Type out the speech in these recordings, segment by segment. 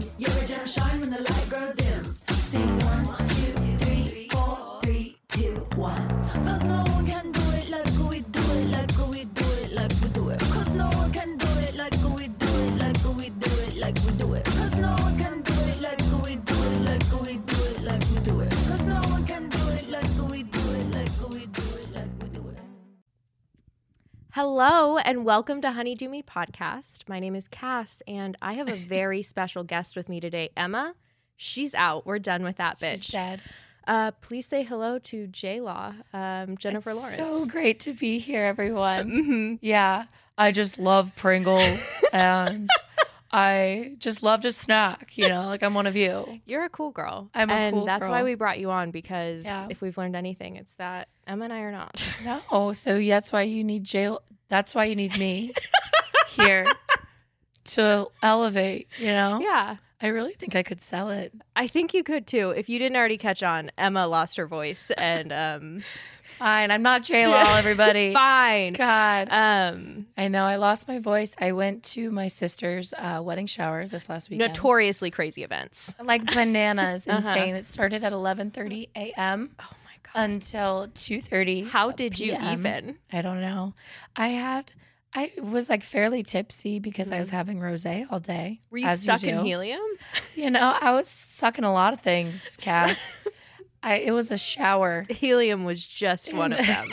stars shine when the light grows dim. Sing one, two, three, four, three, two, one. Cause no one can do it like we do it, like we do it, like we do it. Cause no one can do it like we do it, like we do it, like we do it. Cause no one can do it like we do it, like we do it, like we do it. Cause no one can do it like we do it, like we do it, like we do it. Hello and welcome to Honey Do Me podcast. My name is Cass and I have a very special guest with me today, Emma. She's out. We're done with that bitch. She's dead. Uh, please say hello to J Law, um, Jennifer It's Lawrence. So Mm-hmm. great to be here, everyone. Yeah, I just love Pringles, and I just love to snack. You know, like I'm one of you. You're a cool girl. I'm a and cool that's why girl. we brought you on because Yeah. if we've learned anything, it's that Emma and I are not. No, so that's why you need jail. That's why you need me here to elevate. You know, yeah. I really think I could sell it. I think you could too. If you didn't already catch on, Emma lost her voice and um Fine, I'm not J Law, Yeah. everybody. fine. God. Um I know I lost my voice. I went to my sister's uh, wedding shower this last weekend. notoriously crazy events. like bananas, Uh-huh. insane. It started at 11:30 a.m. Oh my god. until 2:30. How did you PM. even? I don't know. I had I was like fairly tipsy because I was having rosé all day. Mm-hmm. Were you as sucking do. helium? You know, I was sucking a lot of things, Cass. I, it was a shower. Helium was just one of them.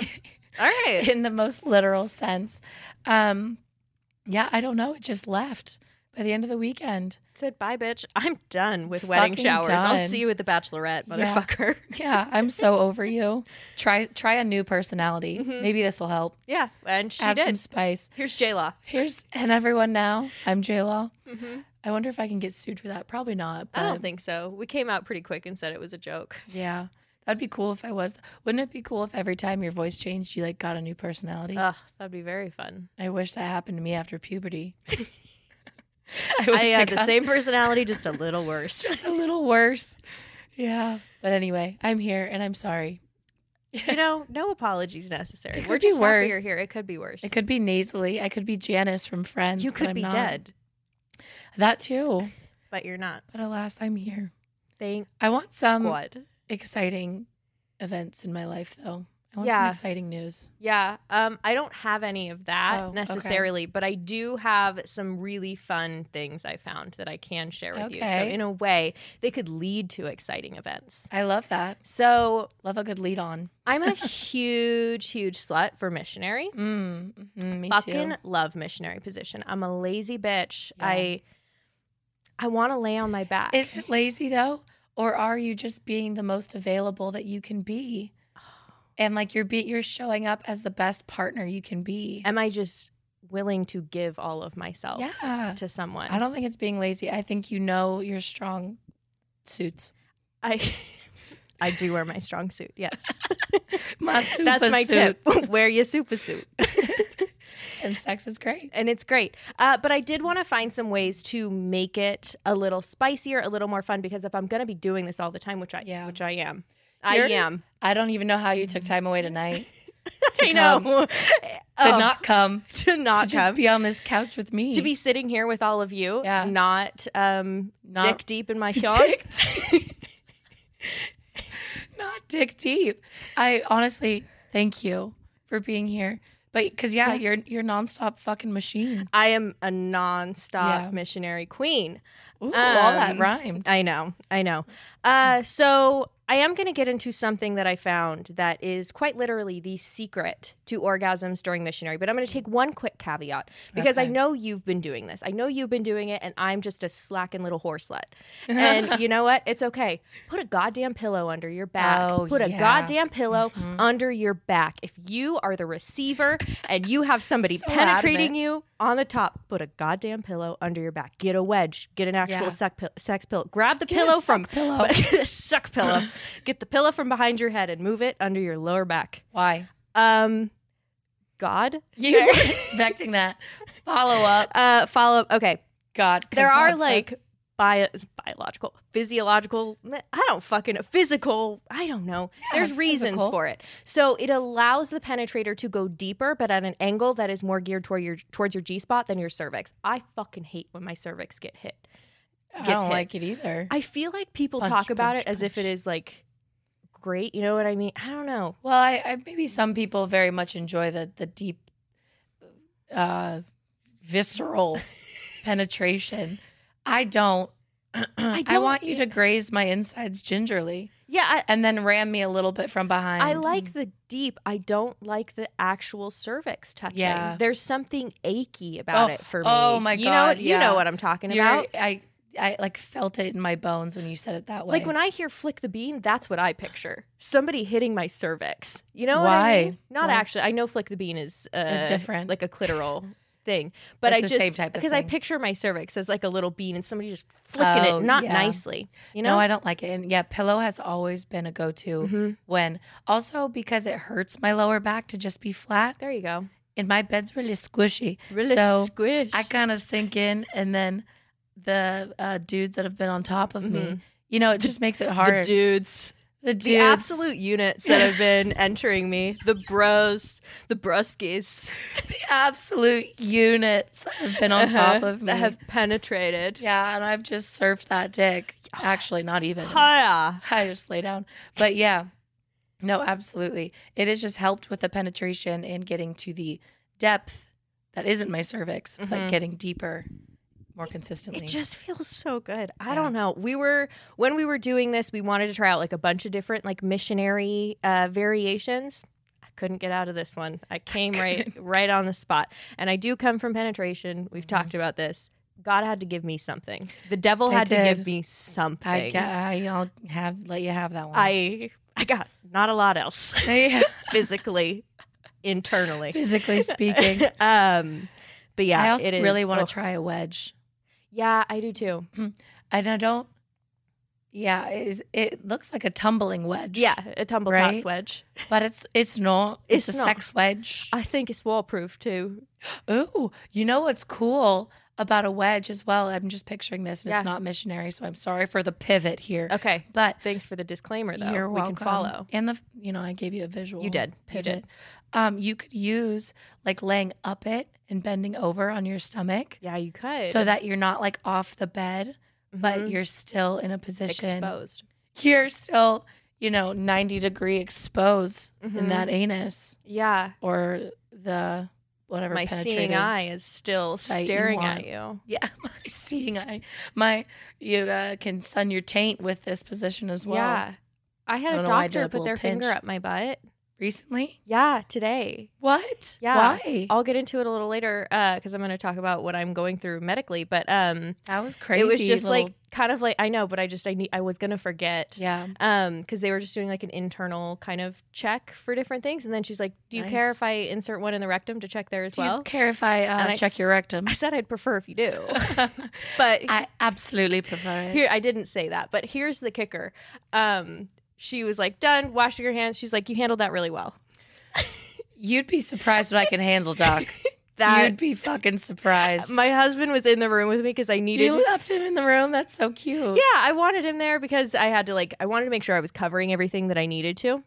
All right. in the most literal sense. Um yeah, I don't know. It just left by the end of the weekend. Said bye, bitch. I'm done with wedding Fucking showers. I'll done. see you at the bachelorette, Yeah. motherfucker. Yeah, I'm so over you. Try try a new personality. Mhm. Maybe this will help. Yeah. And she Add some did. spice. Here's J Law. Here's and everyone now. I'm J Law. Mm-hmm. I wonder if I can get sued for that. Probably not. But I don't think so. We came out pretty quick and said it was a joke. Yeah, that'd be cool if I was. Wouldn't it be cool if every time your voice changed, you like got a new personality? Ugh, that'd be very fun. I wish that happened to me after puberty. I, had the same personality, just a little worse. Just a little worse. Yeah, but anyway, I'm here and I'm sorry. you know, no apologies necessary. It We're could be just happy you're worse. here. It could be worse. It could be nasally. I could be Janice from Friends. you but could I'm be not. dead, That too. but you're not. But alas, I'm here. Thank I want some God. exciting events in my life, though. I want Yeah. some exciting news. Yeah, um, I don't have any of that Oh, okay. necessarily, but I do have some really fun things I found that I can share with you. So, Okay. in a way, they could lead to exciting events. I love that. So, Love a good lead on. I'm a huge, huge slut for missionary. Mm, mhm, me Fucking too. love missionary position. I'm a lazy bitch. Yeah. I I want to lay on my back. Is it lazy though, or are you just being the most available that you can be, and like you're be- you're showing up as the best partner you can be? Am I just willing to give all of myself Yeah, to someone? I don't think it's being lazy. I think you know your strong suits. I I do wear my strong suit. Yes. My That's super my suit. tip. wear your super suit. and sex is great. and it's great. Uh, but I did want to find some ways to make it a little spicier, a little more fun because if I'm going to be doing this all the time, which I Yeah. which I am. I You're- am. I don't even know how you Mm. took time away tonight I know. to Oh, not come to to not just have be on this couch with me to be sitting here with all of you, Yeah. not um Not- dick deep in my yawn. dick deep. not dick deep. I honestly thank you for being here. But because yeah, Yeah. you're you're nonstop fucking machine. I am a nonstop Yeah. missionary queen. Ooh, all that Um, rhymed. I know, I know. Uh, so I am going to get into something that I found that is quite literally the secret to orgasms during missionary. But I'm going to take one quick caveat because I Okay. know you've been doing this. I know you've been doing it, and I'm just a slacking little horse slut. And you know what? It's okay. Put a goddamn pillow under your back. Oh, Put a yeah. Mm-hmm. goddamn pillow under your back. If you are the receiver and you have somebody So penetrating adamant. you on the top, put a goddamn pillow under your back. Get a wedge. Get an actual Yeah. sex, pill- sex pillow. Grab the Get a pillow suck from pillow. Get a suck pillow. Get the pillow from behind your head and move it under your lower back. Why Um, God. you were expecting that follow up? Uh, follow up. Okay, God, 'cause there are God like says- bio- biological, physiological. I don't fucking physical. I don't know. Yeah, There's reasons physical. for it. So it allows the penetrator to go deeper, but at an angle that is more geared toward your towards your G spot than your cervix. I fucking hate when my cervix get hit. I gets don't hit. like it either. I feel like people Punch, talk about punch, it as if it punch. is like great. You know what I mean? I don't know. well, I, I maybe some people very much enjoy the the deep, uh, visceral penetration. I don't. I, don't e want you to graze my insides gingerly Yeah, I, and then ram me a little bit from behind. I like the deep. I don't like the actual cervix touching. Yeah. There's something achy about Oh, it for me. oh my you God, Know, You yeah. know what I'm talking You're- about. I I like felt it in my bones when you said it that way. Like when I hear flick the bean, that's what I picture. Somebody hitting my cervix. You know what Why? I mean? Not Why? actually. I know flick the bean is uh, different. like a clitoral thing. But It's I the just same type of because I thing. picture my cervix as like a little bean and somebody just flicking Oh, it not yeah. nicely. You know? no, I Mm-hmm. don't like it. And yeah, pillow has always been a go-to Mhm. when also because it hurts my lower back to just be flat. There you go. And my bed's really squishy. Really so squish. I kind of sink in and then the uh, dudes that have been on top of me, Mhm. you know, it just makes it the hard. dudes. The dudes. The absolute units that have been entering me, the bros, the bruskies the absolute units have been on top uh-huh, of me. that have penetrated. yeah, and I've just surfed that dick. Actually, not even. Hiya. I just lay down. But yeah, no, absolutely. It has just helped with the penetration and getting to the depth that isn't my cervix, but Mhm. getting deeper more consistently. It just feels so good. I Yeah. don't know. We were when we were doing this, we wanted to try out like a bunch of different like missionary uh, variations. I couldn't get out of this one. I came right right on the spot, and I do come from penetration. We've talked about this. God had to give me something. The devil Mm-hmm. They had to did. give me something. I, gu- I, I'll have let you have that one. I I got not a lot else. Yeah, physically, internally. physically speaking. um, but yeah, I also it is- really want to oh. try a wedge, Yeah, I do too. and I don't. Yeah, it, is, it looks like a tumbling wedge. Yeah, a tumble Right? tots wedge. but it's it's not. It's, It's a not. sex wedge. I think it's waterproof too. Ooh, you know what's cool about a wedge as well? I'm just picturing this, and Yeah. it's not missionary, so I'm sorry for the pivot here. Okay, But thanks for the disclaimer though. you're we welcome. can follow. And the you know I gave you a visual. did. You pivot. did. Um, you could use like laying up it and bending over on your stomach, Yeah, you could. so that you're not like off the bed, but Mhm. you're still in a position. exposed. You're still you know 90 degree exposed in Mhm. that anus Yeah, or the whatever my seeing penetrative- eye is still sight you staring want. at you. Yeah, my seeing eye. My you uh, can sun your taint with this position as well. yeah, I had I a don't know why I did doctor a put little their finger pinch. up my butt. Recently? Yeah, today. What? Yeah. Oh, Why? I'll get into it a little later because I'm going to talk about what I'm going through medically. But um, that was crazy. it was just little- like kind of like I know, but I just I need I was gonna forget. yeah. Um, because they were just doing like an internal kind of check for different things, and then she's like, "Do you care Nice. if I insert one in the rectum to check there as Do well?" you care if I And uh, I check s- your rectum? I said I'd prefer if you do, I but absolutely prefer it. here I didn't say that. But here's the kicker. Um, she was like, "Done washing your hands." She's like, "You handled that really well." You'd be surprised what I can handle, Doc. You'd That be fucking surprised. my husband was in the room with me because I needed you left him in the room. That's so cute. Yeah, I wanted him there because I had to like I wanted to make sure I was covering everything that I needed to.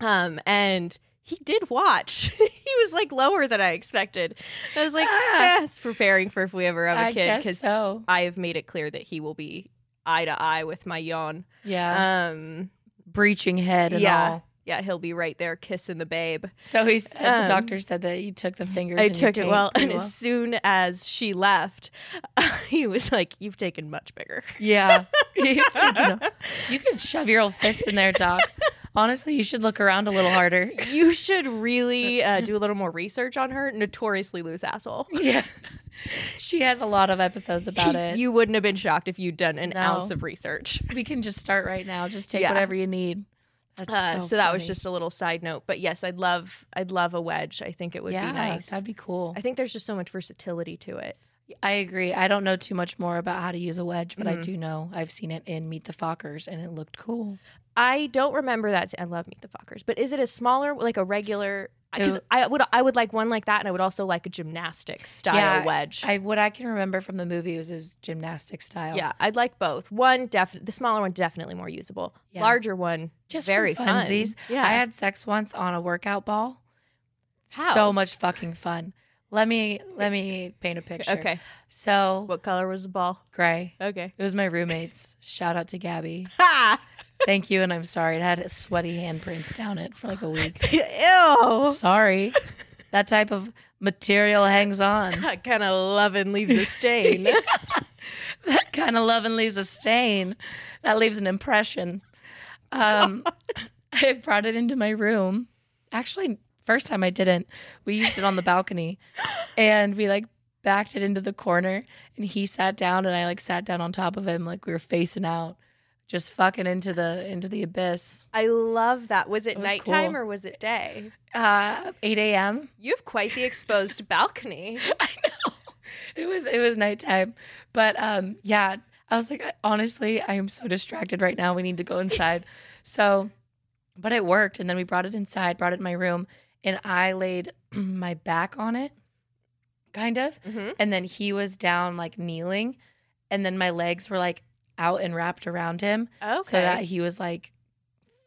Um and he did watch. he was like lower than I expected. I was like, Ah. "Eh, it's preparing for if we ever have a I kid guess so. I have made it clear that he will be eye to eye with my yawn. Yeah. Um Breaching head and yeah. all. yeah, he'll be right there kissing the babe. So he said the Um, doctor said that you took the fingers. I and your took it taint well, pretty and as soon as she left, he was like, "You've taken much bigger." Yeah. you, you could shove your old fist in there, Doc. Honestly, you should look around a little harder. You should really uh, do a little more research on her. Notoriously loose asshole. Yeah. She has a lot of episodes about it. You wouldn't have been shocked if you'd done an No. ounce of research. we can just start right now. Just take Yeah. whatever you need. That's Uh, so so, that was funny. just a little side note. But yes, I'd love, I'd love a wedge. I think it would yeah, be nice. That'd be cool. I think there's just so much versatility to it. I agree. I don't know too much more about how to use a wedge, but I Mhm. do know I've seen it in Meet the Fockers and it looked cool. I don't remember that. I love Meet the Fuckers, but is it a smaller, like a regular? Because It- I would, I would like one like that, and I would also like a gymnastics style Yeah, wedge. I what I can remember from the movie was it was gymnastic style. yeah, I'd like both. One definitely, the smaller one definitely more usable. Yeah. Larger one, Just for very fun. funsies. Yeah, I had sex once on a workout ball. How? So much fucking fun. Let me let me paint a picture. Okay. So What color was the ball? gray. Okay. It was my roommates. Shout out to Gabby. Ha! Thank you, and I'm sorry. It had sweaty handprints down it for like a week. Ew. Sorry. That type of material hangs on. That kind of loving leaves a stain. That kind of loving leaves a stain. That leaves an impression. Um, I brought it into my room. Actually, first time I didn't. We used it on the balcony, and we like backed it into the corner. And he sat down, and I like sat down on top of him, like we were facing out, just fucking into the into the abyss. I love that. Was it, It was nighttime cool. or was it day? Uh, 8 a.m. You have quite the exposed balcony. I know. It was it was nighttime. But um yeah, I was like I- honestly, I am so distracted right now. We need to go inside. So but it worked and then we brought it inside, brought it in my room and I laid my back on it kind of Mhm. and then he was down like kneeling and then my legs were like out and wrapped around him Okay. so that he was like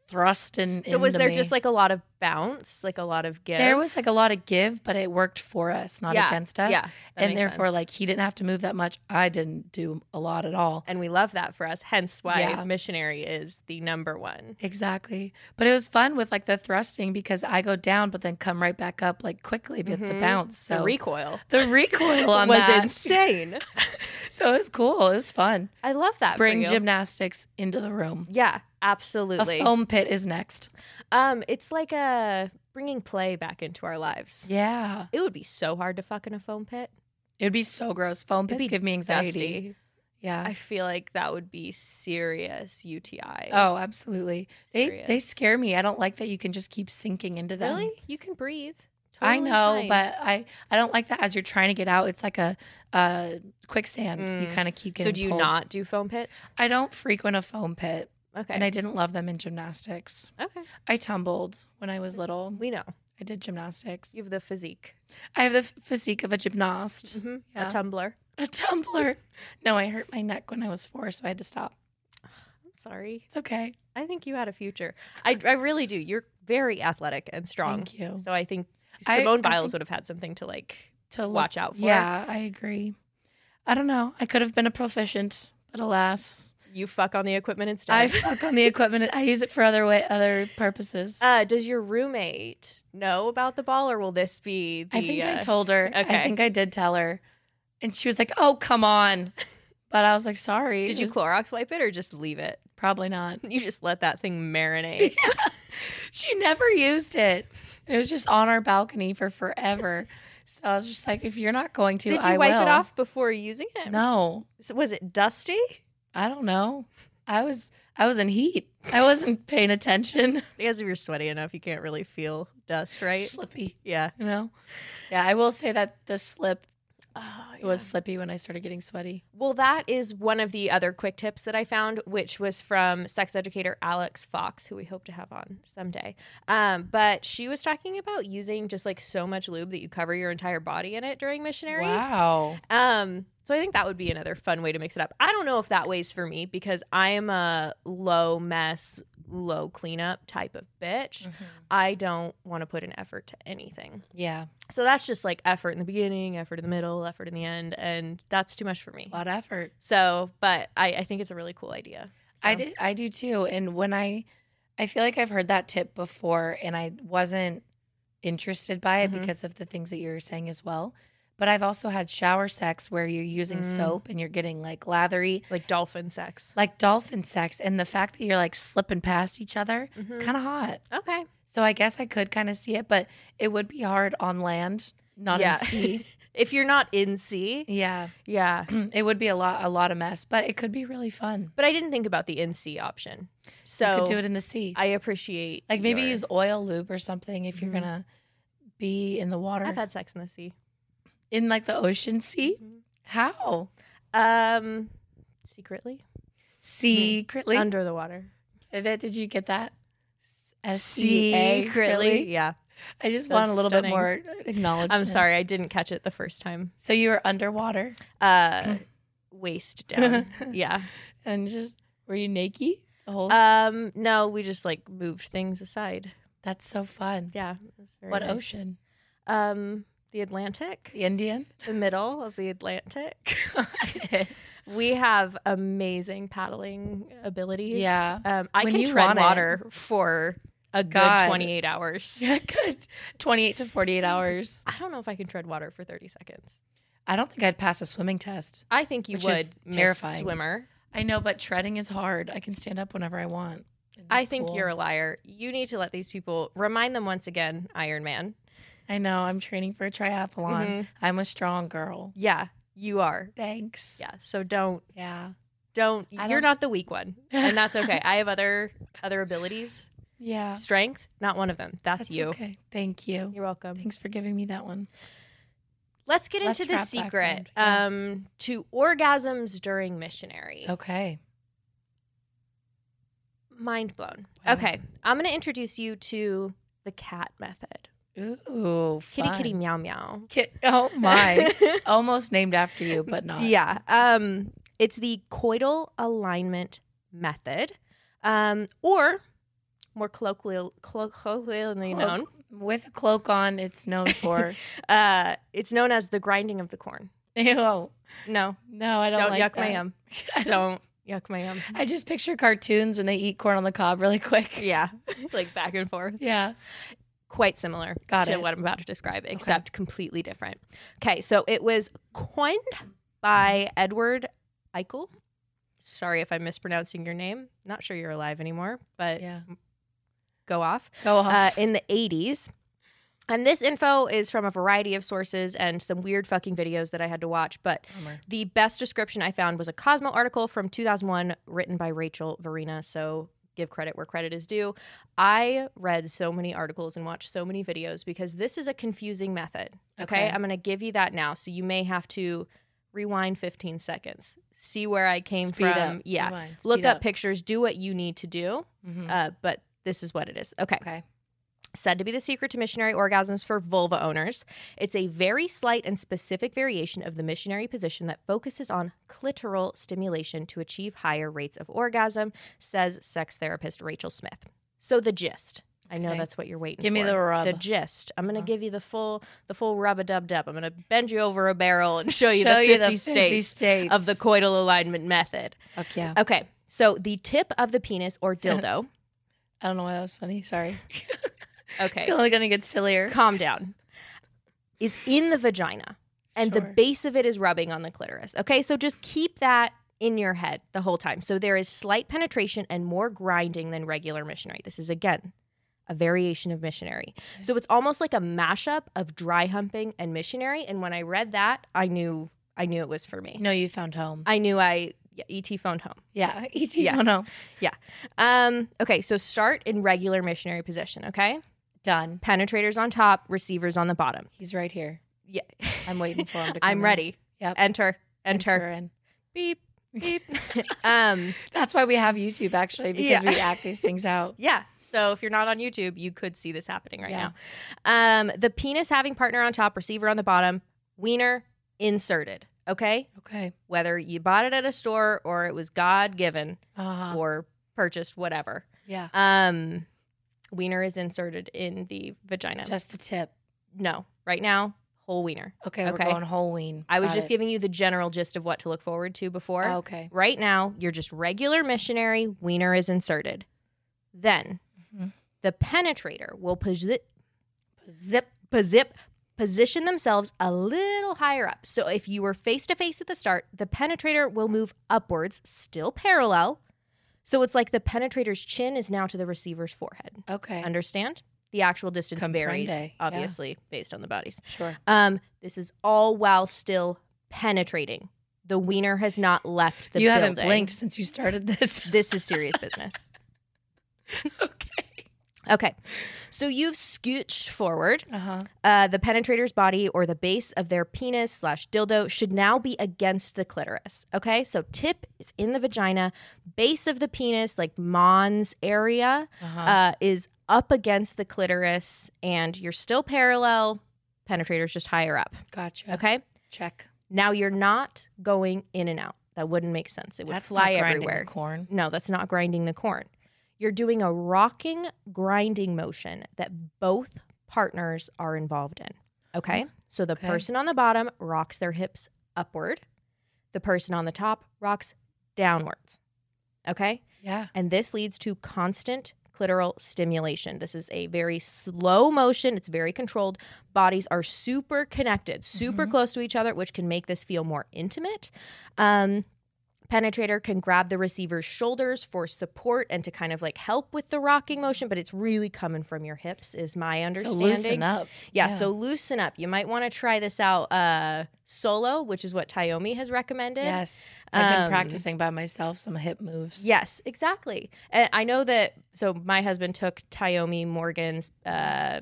thrusting So was into there me. just like a lot of bounce, like a lot of give? there was like a lot of give but it worked for us not Yeah, against us yeah, that and makes therefore sense. like he didn't have to move that much i didn't do a lot at all and we love that for us. Hence why Yeah. missionary is the number one. exactly but it was fun with like the thrusting because i go down but then come right back up like quickly with the Mhm. bounce so the recoil the recoil on was that insane. so it was cool it was fun I love that. bring for you. gymnastics into the room Yeah, a absolutely. foam pit is next Um, it's like a bringing play back into our lives. yeah It would be so hard to fuck in a foam pit. it would be so gross foam It'd be pits give me anxiety Dusty. yeah I feel like that would be serious UTI. oh absolutely they they Serious. scare me i don't like that you can just keep sinking into them really? You can breathe. I Totally know, fine. but I I don't like that. As you're trying to get out, it's like a uh, quicksand. You Mm. kind of keep getting. so do you pulled. not do foam pits? I don't frequent a foam pit, Okay. and I didn't love them in gymnastics. okay. I tumbled when I was little. We know I did gymnastics. you have the physique. I have the f- physique of a gymnast, Mhm. Yeah. A tumbler. a tumbler. no, I hurt my neck when I was four, so I had to stop. I'm sorry. It's okay. I think you had a future. I, I really do. You're very athletic and strong. Thank you. So I think I- Simone I Biles think- would have had something to like To look- watch out for. Yeah, I agree. I don't know. I could have been a proficient, but alas, You fuck on the equipment instead. I fuck on the equipment. I use it for other way, other purposes. Uh, does your roommate know about the ball, or will this be? The, I think I uh, told her. I okay. think I did tell her. And she was like, oh, come on. But I was like, sorry. Did it you was- Clorox wipe it, or just leave it? Probably not. You just let that thing marinate. She never used it. And it was just on our balcony for forever. So I was just like, if you're not going to, Did you I wipe it will. off before using it? No, S- Was it dusty? I don't know. I was I was in heat. I wasn't paying attention. Because if you're sweaty enough, you can't really feel dust, right? Slippy, Yeah. you know. Yeah, I will say that the slip Oh, it was slippy when I started getting sweaty. Well, that is one of the other quick tips that I found, which was from sex educator Alex Fox, who we hope to have on someday. Um, but she was talking about using just like so much lube that you cover your entire body in it during missionary. Wow. Um, so I think that would be another fun way to mix it up. I don't know if that weighs for me because I am a low mess, low cleanup type of bitch. Mm. I don't want to put an effort to anything. Yeah, So that's just like effort in the beginning, effort in the middle, effort in the end, and that's too much for me. a lot of effort. So, but I, I think it's a really cool idea. I So- did I do too. And when I I feel like I've heard that tip before and I wasn't interested by it Mhm. because of the things that you were saying as well. But I've also had shower sex where you're using Mm. soap and you're getting like lathery, Like dolphin sex. like dolphin sex. And the fact that you're like slipping past each other, it's Mhm. kind of hot. Okay. So I guess I could kind of see it, but it would be hard on land, not Yeah. in sea. If you're not in C, yeah. yeah. it would be a lot a lot of mess, but it could be really fun. But I didn't think about the in C option. So you could do it in the sea. I appreciate Like maybe your- use oil lube or something if you're Mhm. gonna be in the water I've had sex in the sea. in like the ocean sea. How Mm-hmm. Um, secretly secretly? under the water. Did it- did you get that? S E A really? yeah. I just That's want a little bit stunning. more acknowledgement. I'm sorry, I didn't catch it the first time. So you were underwater Uh, waist down. Yeah. and just were you naked? The whole Um, no, we just like moved things aside. that's so fun. Yeah. it was very what nice. ocean? Um, the Atlantic, The Indian. the middle of the Atlantic. We have amazing paddling abilities. Yeah. Um, I When can you tread want it. water for a good God. 28 hours. yeah, good. 28 to 48 hours. I don't know if I can tread water for 30 seconds. I don't think I'd pass a swimming test. I think you Which would, is Miss terrifying. Swimmer. I know, but treading is hard. I can stand up whenever I want. in this I think pool. you're a liar. You need to let these people remind them once again, Iron Man. I know. I'm training for a triathlon. Mm-hmm. I'm a strong girl. Yeah, you are. Thanks. Yeah. So don't Yeah. don't I you're don't- not the weak one. And that's okay. I have other other abilities. Yeah. Strength, not one of them. That's, That's you. Okay. Thank you. You're welcome. Thanks for giving me that one. Let's get Let's into the wrap back secret around, yeah. Oh. um, to orgasms during missionary. Okay. Mind blown. Wow. Okay, I'm going to introduce you to the cat method. Ooh. Kitty, kitty, fun. meow, meow. Kit- oh my. Almost named after you, but not. Yeah. Um, it's the coital alignment method, um, or more colloquial, collo- colloquially Cloak- known, With a cloak on, it's known for. uh, it's known as the grinding of the corn. Ew. No, No, I don't, don't, like yuck that. my yum. I don't. Don't yuck my yum. I just picture cartoons when they eat corn on the cob really quick. Yeah, like back and forth. Yeah. Quite similar Got to it. what I'm about to describe, except completely different. Okay, so it was coined Mm-hmm. by Edward Eichel. Sorry if I'm mispronouncing your name. Not sure you're alive anymore, but Yeah. go off. Go uh, off. in the 80s. And this info is from a variety of sources and some weird fucking videos that I had to watch. But Bummer. the best description I found was a Cosmo article from 2001 written by Rachel Verena. So give credit where credit is due. I read so many articles and watched so many videos because this is a confusing method. okay. Okay. I'm going to give you that now. So you may have to rewind 15 seconds, see where I came Speed from. up. Yeah. Come on, Look speed up pictures, do what you need to do. Mhm. Uh, but this is what it is. Okay Okay. said to be the secret to missionary orgasms for vulva owners. It's a very slight and specific variation of the missionary position that focuses on clitoral stimulation to achieve higher rates of orgasm, says sex therapist Rachel Smith. So the gist. I know Okay. that's what you're waiting Give for. me the rub. The gist. I'm gonna Uh-huh. give you the full the full rub a dub dub. I'm gonna bend you over a barrel and show you, Show the, you 50 the 50 states states. of the coital alignment method. Okay, yeah. Okay. So the tip of the penis or dildo. I don't know why that was funny. Sorry. Okay. It's only going to get sillier. calm down, is in the vagina. And the Sure. base of it is rubbing on the clitoris. Okay, so just keep that in your head the whole time. So there is slight penetration and more grinding than regular missionary. This is again a variation of missionary. So it's almost like a mashup of dry humping and missionary. And when I read that, I knew I knew it was for me. No, you found home. I knew I yeah, ET phoned home. yeah. E.T. Yeah. Yeah. no. Um, okay, so start in regular missionary position. Okay, Done. penetrators on top, receivers on the bottom. He's right here. Yeah, I'm waiting for him to come I'm in. ready. Yep. Enter. Enter. in. Beep. Beep. um, That's why we have YouTube, actually, because Yeah. we act these things out. yeah. So if you're not on YouTube, you could see this happening right Yeah. now. Um, the penis having partner on top, receiver on the bottom, wiener inserted. Okay. Okay. Whether you bought it at a store or it was God given Uh-huh. or purchased, whatever. Yeah. Um, wiener is inserted in the vagina. Just the tip. no, right now, whole wiener. Okay, Okay. we're going whole ween. I was Got just it. giving you the general gist of what to look forward to before. Oh, okay. Right now, you're just regular missionary, wiener is inserted. Then Mhm. the penetrator will posi- Zip. pozip- position themselves a little higher up. So if you were face to face at the start, the penetrator will move upwards, still parallel. So it's like the penetrator's chin is now to the receiver's forehead. Okay. Understand? The actual distance Comprende, varies, yeah. obviously, based on the bodies. sure. Um, this is all while still penetrating. The wiener has not left the you building. haven't blinked since you started this. This is serious business. okay. Okay. So you've scooched forward. Uh huh. Uh, the penetrator's body or the base of their penis slash dildo should now be against the clitoris. Okay. So tip is in the vagina. Base of the penis, like Mons area, Uh-huh. uh, is up against the clitoris and you're still parallel. Penetrator's just higher up. gotcha. Okay. Check. Now you're not going in and out. That wouldn't make sense. It would That's fly not grinding the everywhere. Corn. No, that's not grinding the corn. You're doing a rocking, grinding motion that both partners are involved in. Okay. So the Okay. person on the bottom rocks their hips upward. The person on the top rocks downwards. Okay. Yeah. And this leads to constant clitoral stimulation. This is a very slow motion, it's very controlled. Bodies are super connected, super Mhm. close to each other, which can make this feel more intimate. Um, penetrator can grab the receiver's shoulders for support and to kind of like help with the rocking motion, but it's really coming from your hips, is my So understanding. loosen up. Yeah, Yeah. so loosen up. You might want to try this out uh, solo, which is what Tayomi has recommended. Yes. I've been Um, practicing by myself some hip moves. Yes, exactly. And I know that. So my husband took Tayomi Morgan's uh,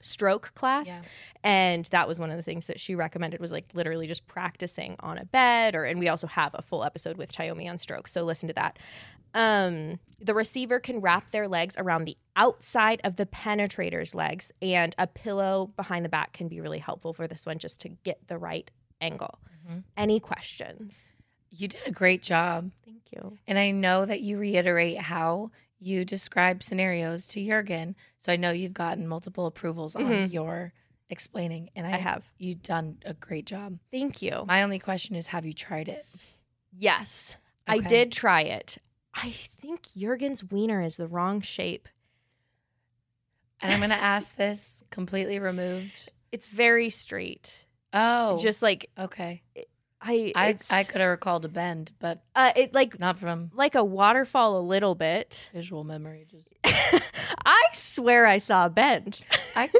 stroke class, Yeah. and that was one of the things that she recommended was like literally just practicing on a bed. Or and we also have a full episode with Tayomi on stroke, so listen to that. Um, the receiver can wrap their legs around the outside of the penetrator's legs, and a pillow behind the back can be really helpful for this one just to get the right angle. Mhm. Any questions? You did a great job. Thank you. And I know that you reiterate how you describe scenarios to Jurgen. So I know you've gotten multiple approvals on Mhm. your explaining. And I, I have. You've done a great job. Thank you. My only question is have you tried it? Yes, I Okay. did try it. I think Jurgen's wiener is the wrong shape. And I'm going to ask this completely removed. It's very straight. Oh. Just like okay. I, I, it's, I could have recalled a bend, but uh, it like not from like a waterfall a little bit. visual memory. Just I swear I saw a bend. I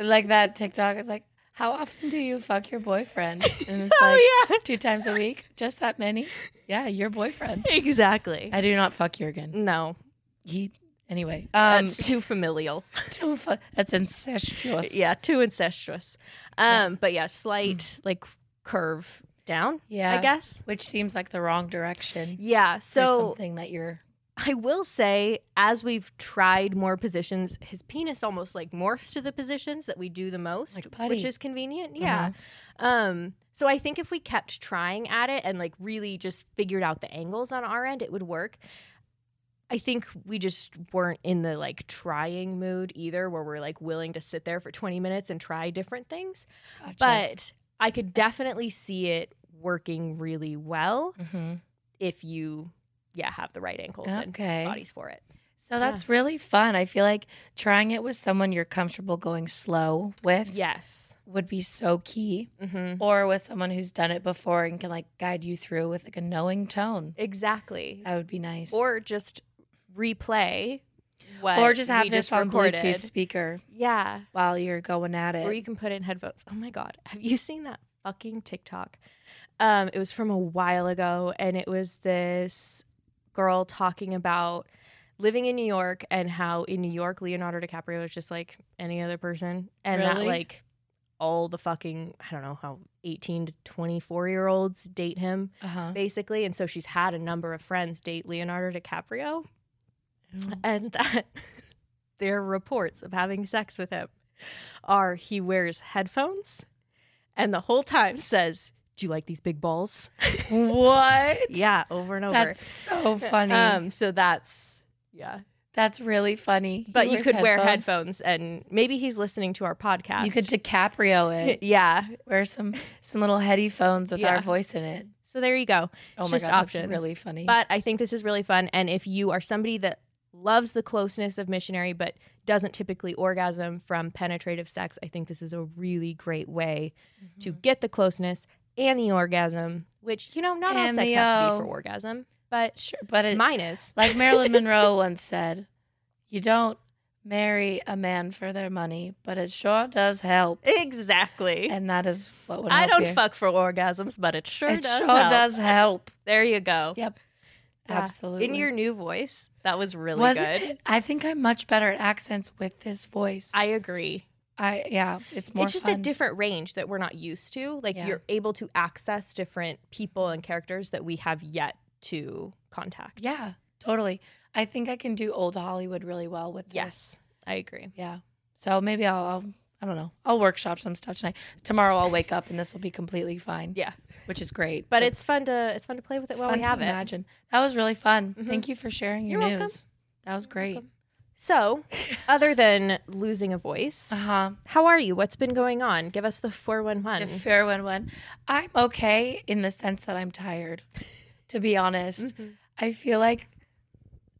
like that TikTok is like, how often do you fuck your boyfriend? And it's like oh yeah, two times a week, just that many. Yeah, your boyfriend. exactly. I do not fuck Jurgen. no, He anyway. Um, that's too familial. don't fu- that's incestuous. yeah, too incestuous. Um, but yeah, slight like curve down. Mm. yeah. I guess. which seems like the wrong direction. Yeah. for So something that you're I will say, as we've tried more positions, his penis almost like morphs to the positions that we do the most, Like putty. Uh-huh. which is convenient. Yeah. Um, so I think if we kept trying at it and like really just figured out the angles on our end, it would work. I think we just weren't in the like trying mood either, where we're like willing to sit there for 20 minutes and try different things. gotcha. But I could definitely see it working really well Mhm. if you, yeah, have the right ankles and okay. bodies for it. So that's really fun. I feel like trying it with someone you're comfortable going slow with Yes. would be so key. Mm-hmm. Or with someone who's done it before and can like guide you through with like a knowing tone. Exactly. That would be nice. Or just replay what or just have we this just on recorded. Bluetooth speaker Yeah. while you're going at it. Or you can put it in headphones. Oh my God. Have you seen that fucking TikTok? Um, it was from a while ago and it was this girl talking about living in New York and how in New York Leonardo DiCaprio is just like any other person and that Really? like all the fucking I don't know how 18 to 24 year olds date him uh-huh. basically. And so she's had a number of friends date Leonardo DiCaprio, Oh. and that their reports of having sex with him are he wears headphones and the whole time says, Do you like these big balls? What? yeah, over and over. That's so funny. Um, so that's yeah. That's really funny. But He you wears could wear headphones and maybe he's listening to our podcast. You could DiCaprio it. yeah. wear some some little headphones with our Yeah. voice in it. So there you go. Oh It's my just god, options. that's really funny. But I think this is really fun. And if you are somebody that loves the closeness of missionary but doesn't typically orgasm from penetrative sex, I think this is a really great way Mm-hmm. to get the closeness and the orgasm, which, you know, not all And sex the has to O. be for orgasm, but sure, but it, mine is. like Marilyn Monroe once said, you don't marry a man for their money, but it sure does help. Exactly. And that is what would I help don't you. fuck for orgasms, but it sure it does. sure help. does help. There you go. Yep. Yeah. Absolutely. In your new voice, that was really Was good. it? I think I'm much better at accents with this voice. I, I agree. yeah, it's more it's just fun. a different range that we're not used to. Like Yeah. you're able to access different people and characters that we have yet to contact. Yeah, totally. I think I can do old Hollywood really well with this. Yes, I agree. Yeah. So maybe I'll, I'll I don't know. I'll workshop some stuff tonight. Tomorrow I'll wake up and this will be completely fine. Yeah. Which is great. But it's fun to it's fun to play with it it's while fun we have to it. imagine. That was really fun. Mhm. Thank you for sharing your You're welcome. news. That was great. welcome. So, other than losing a voice, Uh huh. how are you? What's been going on? Give us the The 411. fair one one. I'm okay in the sense that I'm tired. To be honest, Mm-hmm. I feel like,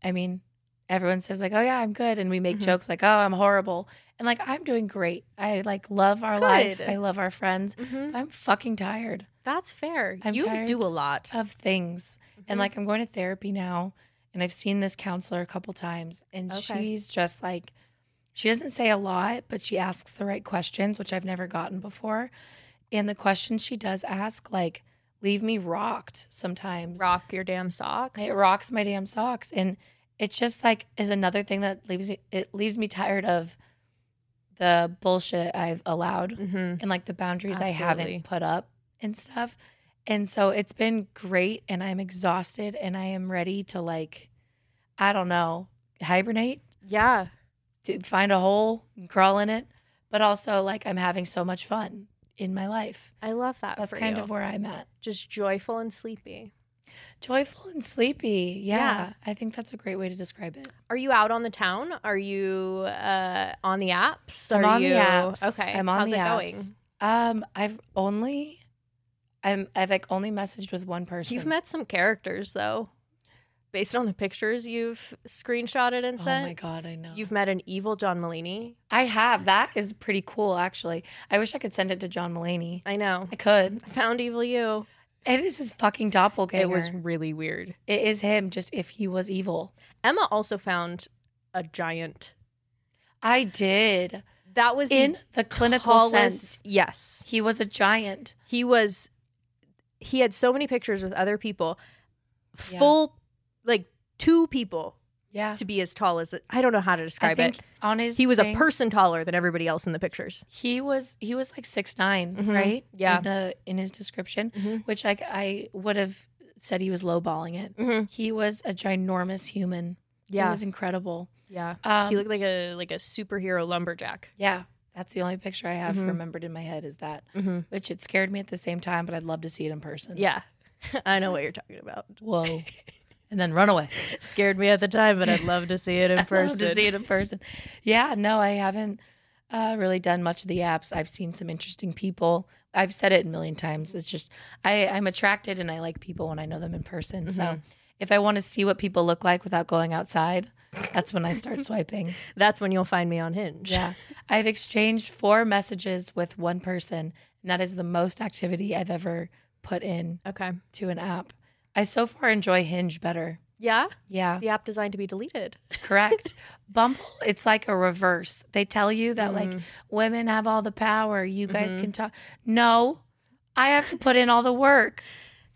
I mean, everyone says like, "Oh yeah, I'm good," and we make Mhm. jokes like, "Oh, I'm horrible," and like, I'm doing great. I like love our life. Good. I love our friends. Mhm. I'm fucking tired That's fair. I'm you tired. do a lot. of things, Mhm. and like, I'm going to therapy now, and I've seen this counselor a couple times, and Okay. she's just like, she doesn't say a lot, but she asks the right questions, which I've never gotten before, and the questions she does ask like leave me rocked sometimes. rock your damn socks. It rocks my damn socks, and it's just like is another thing that leaves me. It leaves me tired of the bullshit I've allowed hmm and like the boundaries I Absolutely. haven't put up and stuff. And so it's been great, and I'm exhausted, and I am ready to like, I don't know, hibernate, Yeah. to find a hole, and crawl in it, but also like I'm having so much fun in my life. I love So that. that's for kind you. of where I'm at. just joyful and sleepy. Joyful and sleepy. Yeah. yeah. I think that's a great way to describe it. Are you out on the town? Are you uh, on the apps? I'm Are on the you apps. okay? I'm on How's the it apps. Um, I've only, I'm I've like only messaged with one going? person. You've met some characters though, based on the pictures you've screenshotted and Oh sent. my god, I know. You've met an evil John Mulaney. I have. That is pretty cool, actually. I wish I could send it to John Mulaney. I know. I could. I found evil you. It is his fucking doppelganger. It was really weird. It is him. Just if he was evil. Emma also found a giant. I did That was the in the clinical tallest- sense. Yes, He was a giant. he was. He had so many pictures with other people, Yeah. full like two people Yeah. to be as tall as I don't know how to I describe think it. on his He was thing- a person taller than everybody else in the pictures. He was he was like six nine, Mhm. right? Yeah. In the in his description, Mhm. which like I would have said he was lowballing it. He was a ginormous human. It Mm-hmm. Yeah, was incredible. yeah. Um, he looked like a like a superhero lumberjack. yeah. That's the only picture I have Mhm. remembered in my head is that. Mm-hmm. which it scared me at the same time, but I'd love to see it in person. Yeah, I know what you're talking about. Whoa. and then run away. Scared me at the time, but I'd love to see it in I'd person. love to see it in person. Yeah, no, I haven't uh, really done much of the apps. I've seen some interesting people. I've said it a million times. It's just I, I'm attracted and I like people when I know them in person. So Mhm. if I want to see what people look like without going outside, that's when I start swiping. That's when you'll find me on Hinge. Yeah. I've exchanged four messages with one person, and that is the most activity I've ever put in Okay. to an app. I so far enjoy Hinge better. Yeah. Yeah, The app designed to be deleted. correct. Bumble, it's like a reverse. They tell you that like Mm-hmm. women have all the power, you guys Mhm. can talk. No, I have to put in all the work.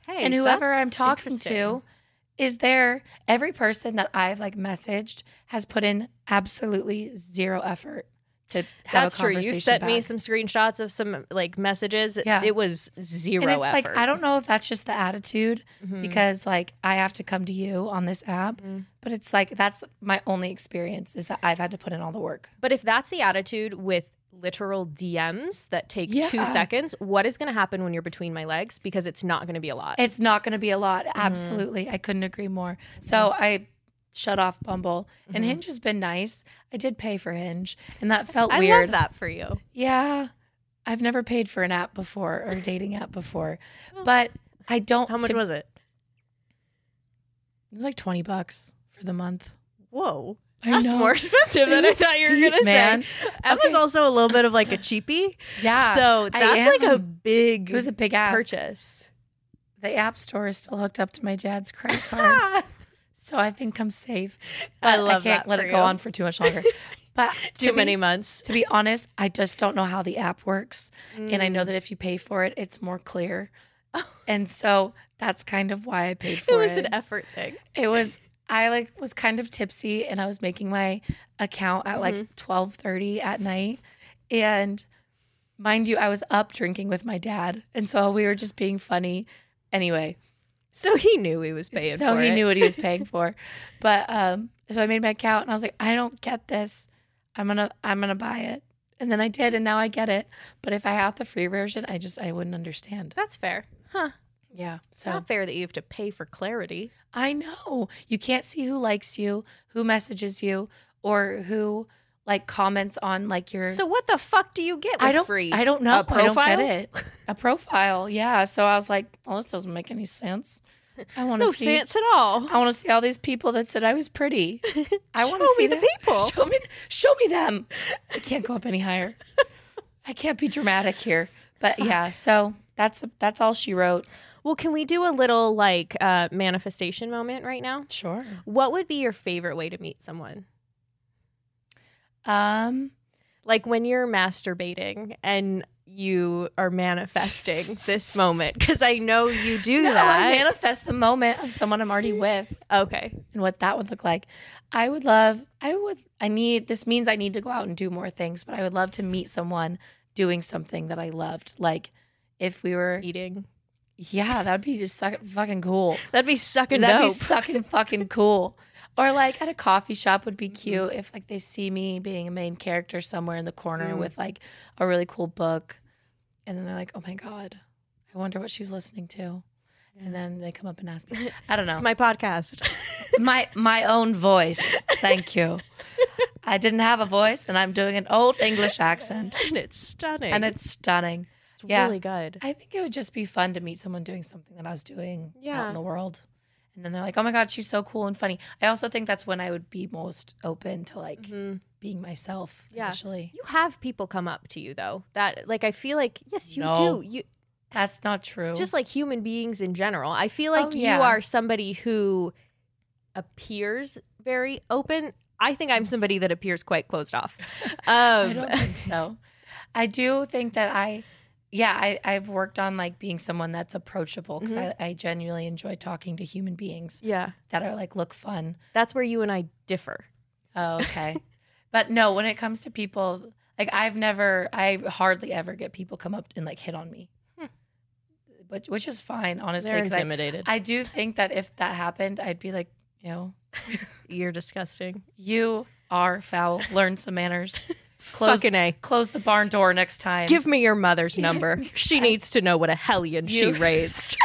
Hey, and whoever that's I'm talking to interesting. is there. Every person that I've like messaged has put in absolutely zero effort to have That's a true. conversation. You sent me back. some screenshots of some like messages. Yeah. It was zero and it's effort. like I don't know if that's just the attitude Mhm. because like I have to come to you on this app, Mhm. but it's like that's my only experience is that I've had to put in all the work. But if that's the attitude with literal DMs that take two Yeah. seconds, what is going to happen when you're between my legs? Because it's not going to be a lot. It's not going to be a lot. Mm. Absolutely, I couldn't agree more. Mm-hmm. So I shut off Bumble, and Mhm. Hinge has been nice. I did pay for Hinge, and that felt I weird. love that for you. Yeah, I've never paid for an app before or a dating app before, Well, but I don't. How much to- was it? It was like twenty bucks for the month. Whoa. I That's know. more expensive It than I was thought you were steep, going to say. man. Emma's Okay. also a little bit of like a cheapie. Yeah. So I that's like a am. big it was a big ask. purchase. The app store is still hooked up to my dad's credit card, Ah, so I think I'm safe. I But love I can't that let for it go you. on for too much longer. But Too to many Be, months. to be honest, I just don't know how the app works, Mm. and I know that if you pay for it, it's more clear. And so that's kind of why I paid Oh. it for it. was an effort thing. It was I like was kind of tipsy and I was making my account at Mm-hmm. like twelve thirty at night. And mind you, I was up drinking with my dad. And so we were just being funny. Anyway, So he knew he was paying so for he it. knew what he was paying for. But um so I made my account and I was like, I don't get this. I'm gonna I'm gonna buy it. And then I did and now I get it. But if I had the free version, I just I wouldn't understand. That's fair. Huh. Yeah. It's So not fair that you have to pay for clarity. I know. You can't see who likes you, who messages you, or who like comments on like your So what the fuck do you get with I don't free? I don't know. A I profile? don't get it. A profile. Yeah. So I was like, well, this doesn't make any sense. I want to no see sense at all. I want to see all these people that said I was pretty. I want to Show see me the them. people. Show me, show me them. I can't go up any higher. I can't be dramatic here. But yeah, so that's that's all she wrote. Well, can we do a little like uh, manifestation moment right now? Sure. What would be your favorite way to meet someone? Um. Like when you're masturbating and you are manifesting this moment, because I know you do No, I that. manifest the moment of someone I'm already with. okay. and what that would look like. I would love, I would, I need, this means I need to go out and do more things, but I would love to meet someone doing something that I loved. Like if we were, Eating. yeah, that would be just suck, fucking cool. That'd be sucking That'd dope. be sucking fucking cool. Or like at a coffee shop would be Mm-hmm. cute if like they see me being a main character somewhere in the corner Mm. with like a really cool book. And then they're like, oh my God, I wonder what she's listening to. And then they come up and ask me. I don't know It's my podcast. my my own voice. Thank you. I didn't have a voice, and I'm doing an old English accent, and it's stunning. and it's stunning. It's yeah. really good. I think it would just be fun to meet someone doing something that I was doing out Yeah. in the world, and then they're like, "Oh my god, she's so cool and funny." I also think that's when I would be most open to like Mhm. being myself Yeah. initially. You have people come up to you though. That like I feel like yes you No. do. You That's not true. just like human beings in general. I feel like Oh, yeah. you are somebody who appears very open. I think I'm somebody that appears quite closed off. Um, I don't think so. I do think that I, yeah, I, I've worked on like being someone that's approachable because Mm-hmm. I, I genuinely enjoy talking to human beings yeah, that are like look fun. that's where you and I differ. Oh, okay. but no, when it comes to people, like I've never, I hardly ever get people come up and like hit on me, Hmm. which which is fine, honestly. They're 'cause I, intimidated. I do think that if that happened, I'd be like, you know, You're disgusting. you are foul. Learn some manners. Close, Fucking a. close the barn door next time. Give me your mother's number. She needs to know what a hellion she You- raised.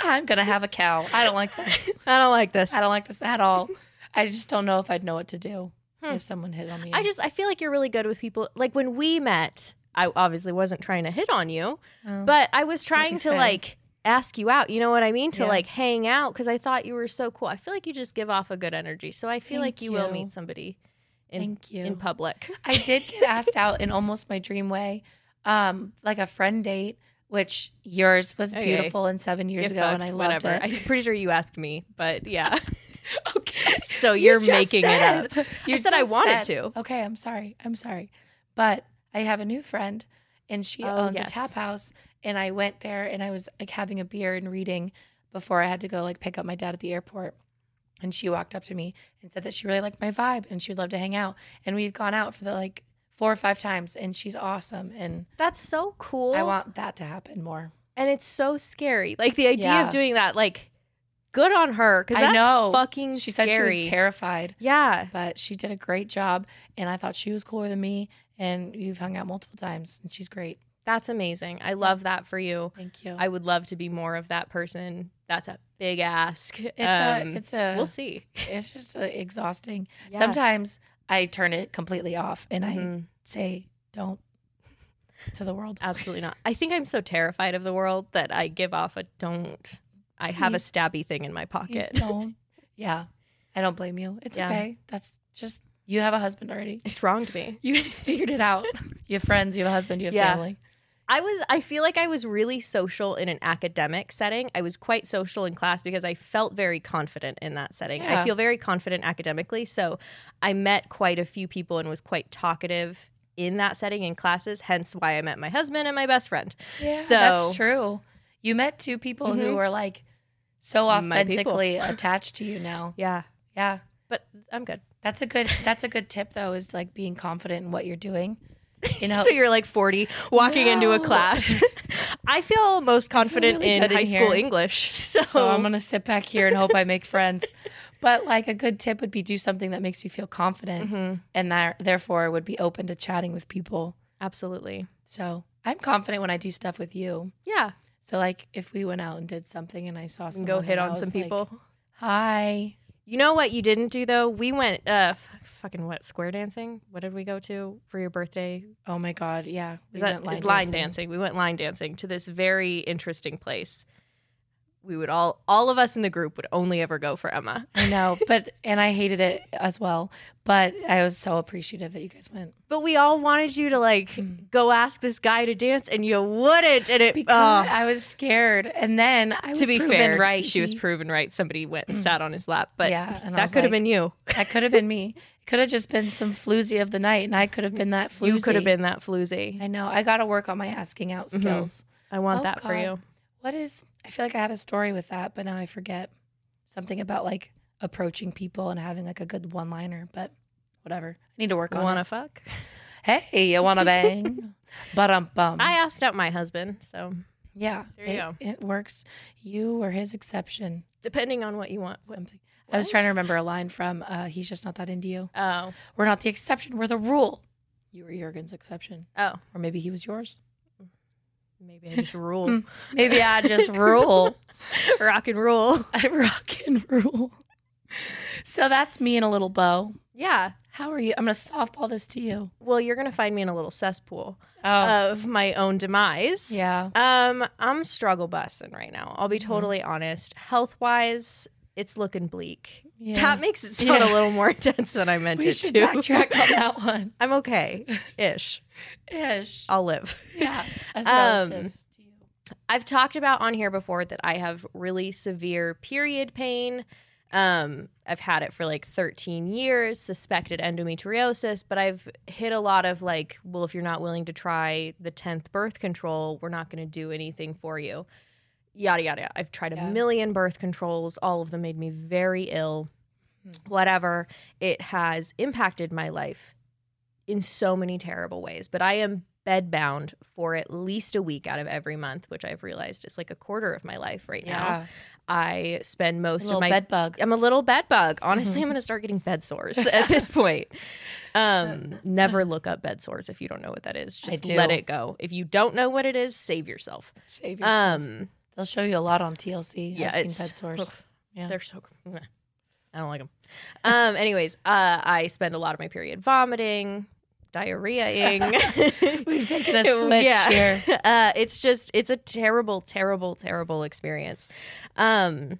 I'm gonna have a cow. I don't like this. I don't like this. I don't like this at all. I just don't know if I'd know what to do if someone hit on me. Hmm. I just I feel like you're really good with people. Like when we met, I obviously wasn't trying to hit on you, Oh. but I was what trying you to said. like ask you out. You know what I mean? To Yeah. like hang out because I thought you were so cool. I feel like you just give off a good energy. So I feel Thank like you, will you. meet somebody in thank you. in public. I did get asked out in almost my dream way, um, like a friend date, which yours was Okay. beautiful and seven years Get ago, and I fucked, loved whatever. it. I'm pretty sure you asked me, but yeah. okay, So You you're just making it up. you I said I just wanted said- to. Okay, I'm sorry. I'm sorry, but I have a new friend, and she Oh, owns yes. a tap house, and I went there, and I was like having a beer and reading before I had to go like pick up my dad at the airport. And she walked up to me and said that she really liked my vibe and she would love to hang out. And we've gone out for the like four or five times and she's awesome. And That's so cool. I want that to happen more. and it's so scary. Like the idea Yeah. of doing that, like good on her. Cause I that's know. fucking She said scary. she was terrified, Yeah. but she did a great job, and I thought she was cooler than me. And you've hung out multiple times, and she's great. That's amazing. I love that for you. Thank you. I would love to be more of that person. That's a big ask. it's Um, a, it's a, we'll see. it's just uh exhausting. Yeah. Sometimes I turn it completely off, and I Mhm. say don't to the world. Absolutely not. I think I'm so terrified of the world that I give off a don't. I have a Please. stabby thing in my Please pocket. don't. Yeah, I don't blame you. It's Yeah. okay. That's just you have a husband already. It's wrong to me. You figured it out. You have friends. You have a husband. You have Yeah. family. I was I feel like I was really social in an academic setting. I was quite social in class because I felt very confident in that setting. I Yeah. feel very confident academically, so I met quite a few people and was quite talkative in that setting in classes, hence why I met my husband and my best friend. Yeah, So- that's true. You met two people Mhm. who are like so My people. authentically attached to you now. Yeah. Yeah. But I'm good. That's a good that's a good tip though is like being confident in what you're doing. You know, So you're like 40 walking into a No. class. I feel most confident really in good high in school here. English. So, so I'm going to sit back here and hope I make friends. But like a good tip would be do something that makes you feel confident Mhm. and that therefore would be open to chatting with people. absolutely. So, I'm confident when I do stuff with you. Yeah. So like if we went out and did something and I saw And someone go hit and I on some was like, people. Hi. You know what you didn't do though? We went uh f- fucking what square dancing? What did we go to for your birthday? Oh my god, yeah. Is we that went line, line dancing. We went line dancing to this very interesting place. We would all all of us in the group would only ever go for Emma. I know, but and I hated it as well. But I was so appreciative that you guys went But we all wanted you to like go ask this guy to dance and you wouldn't and it Hmm. because oh. I was scared. And then I was to be proven fair, right. she was He- Hmm. proven right. Somebody went and sat on his lap, but Yeah, and I that was could have like, been you. That could have been me. It could have just been some floozy of the night, and I could have been that floozy. You could have been Mm-hmm. that floozy. I know. I got to work on my asking out skills. I want Oh, that for God. you. What is? I feel like I had a story with that, but now I forget something about like approaching people and having like a good one-liner. But whatever. I need to work on Wanna it. fuck? Hey, you wanna bang? but um bum. I asked out my husband, so Yeah, There you it, go. it works. You or his exception. depending on what you want. Something. I was trying to remember a line from uh, "He's just not that into you." Oh, We're not the exception. We're the rule. You were Jurgen's exception, oh, or maybe he was yours. maybe I just Hmm. rule, Maybe I just rule. rock and roll. I rock and rule. So that's me and a little bow. Yeah. How are you? I'm gonna softball this to you. Well, you're gonna find me in a little cesspool Oh, of my own demise. yeah. Um, I'm struggle busting right now. I'll be Mm-hmm. totally honest. Health wise, it's looking bleak. Yeah. That makes it sound a Yeah. little more intense than I meant We it should to. backtrack on that one. I'm okay, ish. Ish. I'll live. Yeah. As Um, relative to you. I've talked about on here before that I have really severe period pain. Um, I've had it for like 13 years, suspected endometriosis, but I've hit a lot of like, well, if you're not willing to try the 10th birth control, we're not going to do anything for you. Yada, yada, yada. I've tried Yeah. a million birth controls. All of them made me very ill. Whatever. It has impacted my life in so many terrible ways, but I am bedbound for at least a week out of every month, which I've realized is like a quarter of my life right now. Yeah. I spend A most little of my bed Mm-hmm. bug. I'm a little bed bug. Honestly, I'm going to start getting bed sores at this point. Um, never look up bed sores if you don't know what that is. I Just do. let it go. If you don't know what it is, save yourself. Save yourself. Um, They'll show you a lot on TLC. Yeah, I've seen it's- bed sores. oof. Yeah. They're so. meh. I don't like them. Um. Anyways, uh, I spend a lot of my period vomiting, diarrheaing. We've taken a It- switch yeah. here. Uh, it's just it's a terrible, terrible, terrible experience. Um.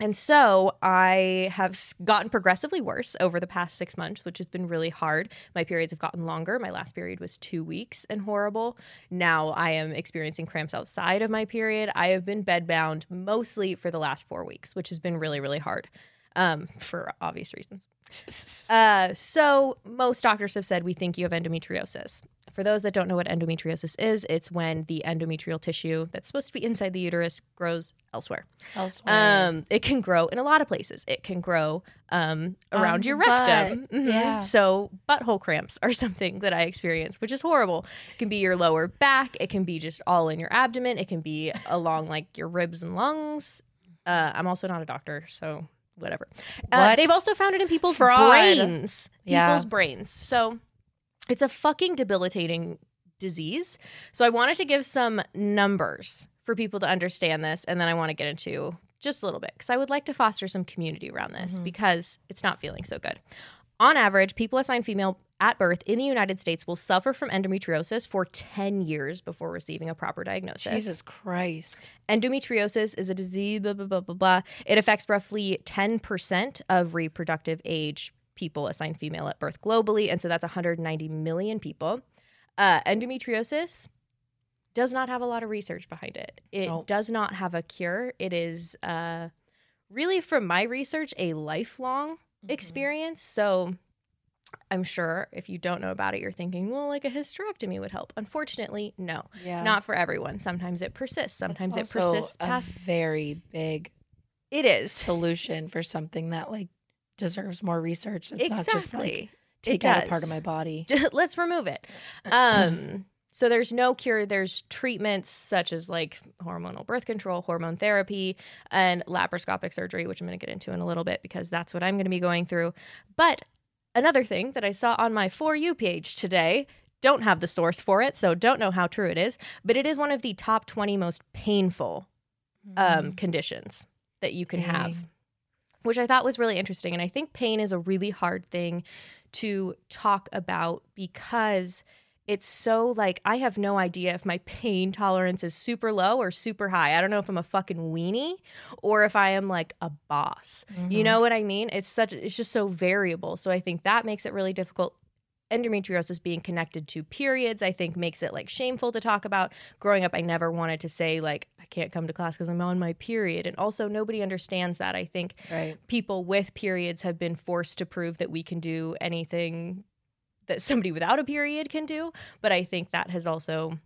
And so I have s- gotten progressively worse over the past six months, which has been really hard. My periods have gotten longer. My last period was two weeks and horrible. Now I am experiencing cramps outside of my period. I have been bedbound mostly for the last four weeks, which has been really, really hard um, for obvious reasons. Uh, so most doctors have said we think you have endometriosis. For those that don't know what endometriosis is, it's when the endometrial tissue that's supposed to be inside the uterus grows elsewhere. Elsewhere. Um, it can grow in a lot of places. It can grow um, On around your your rectum. butt. Mhm. Yeah. So butthole cramps are something that I experience, which is horrible. It can be your lower back. It can be just all in your abdomen. It can be along like your ribs and lungs. Uh, I'm also not a doctor, so whatever. Uh, What? they've also found it in people's Fraud. brains. Yeah. People's brains. So it's a fucking debilitating disease. So I wanted to give some numbers for people to understand this, and then I want to get into just a little bit because I would like to foster some community around this because it's not feeling so good. On average, people assigned female at birth in the United States will suffer from endometriosis for 10 years before receiving a proper diagnosis. Jesus Christ. Endometriosis is a disease, blah, blah, blah, blah, blah. It affects roughly 10% of reproductive age people assigned female at birth globally. And so that's 190 million people. Uh, endometriosis does not have a lot of research behind it. It Nope. does not have a cure. It is uh, really, from my research, a lifelong Mm-hmm. Mm-hmm. experience. So I'm sure if you don't know about it, you're thinking, well, like a hysterectomy would help. Unfortunately, no Yeah. not for everyone. Sometimes it persists. That's Sometimes it also persists a past. very big It is solution for something that like deserves more research. It's not just like Exactly. take out a part does. of my body. Let's remove it. Um, so there's no cure. There's treatments such as like hormonal birth control, hormone therapy, and laparoscopic surgery, which I'm going to get into in a little bit because that's what I'm going to be going through. But another thing that I saw on my For You page today. Don't have the source for it, so don't know how true it is, but it is one of the top 20 most painful um, conditions that you can have. Dang. which I thought was really interesting. And I think pain is a really hard thing to talk about because it's so like I have no idea if my pain tolerance is super low or super high. I don't know if I'm a fucking weenie or if I am like a boss. Mm-hmm. You know what I mean? It's such it's just so variable. So I think that makes it really difficult. Endometriosis being connected to periods, I think makes it like shameful to talk about. Growing up, I never wanted to say like I can't come to class because I'm on my period. And also nobody understands that. I think Right. people with periods have been forced to prove that we can do anything that somebody without a period can do. But I think that has also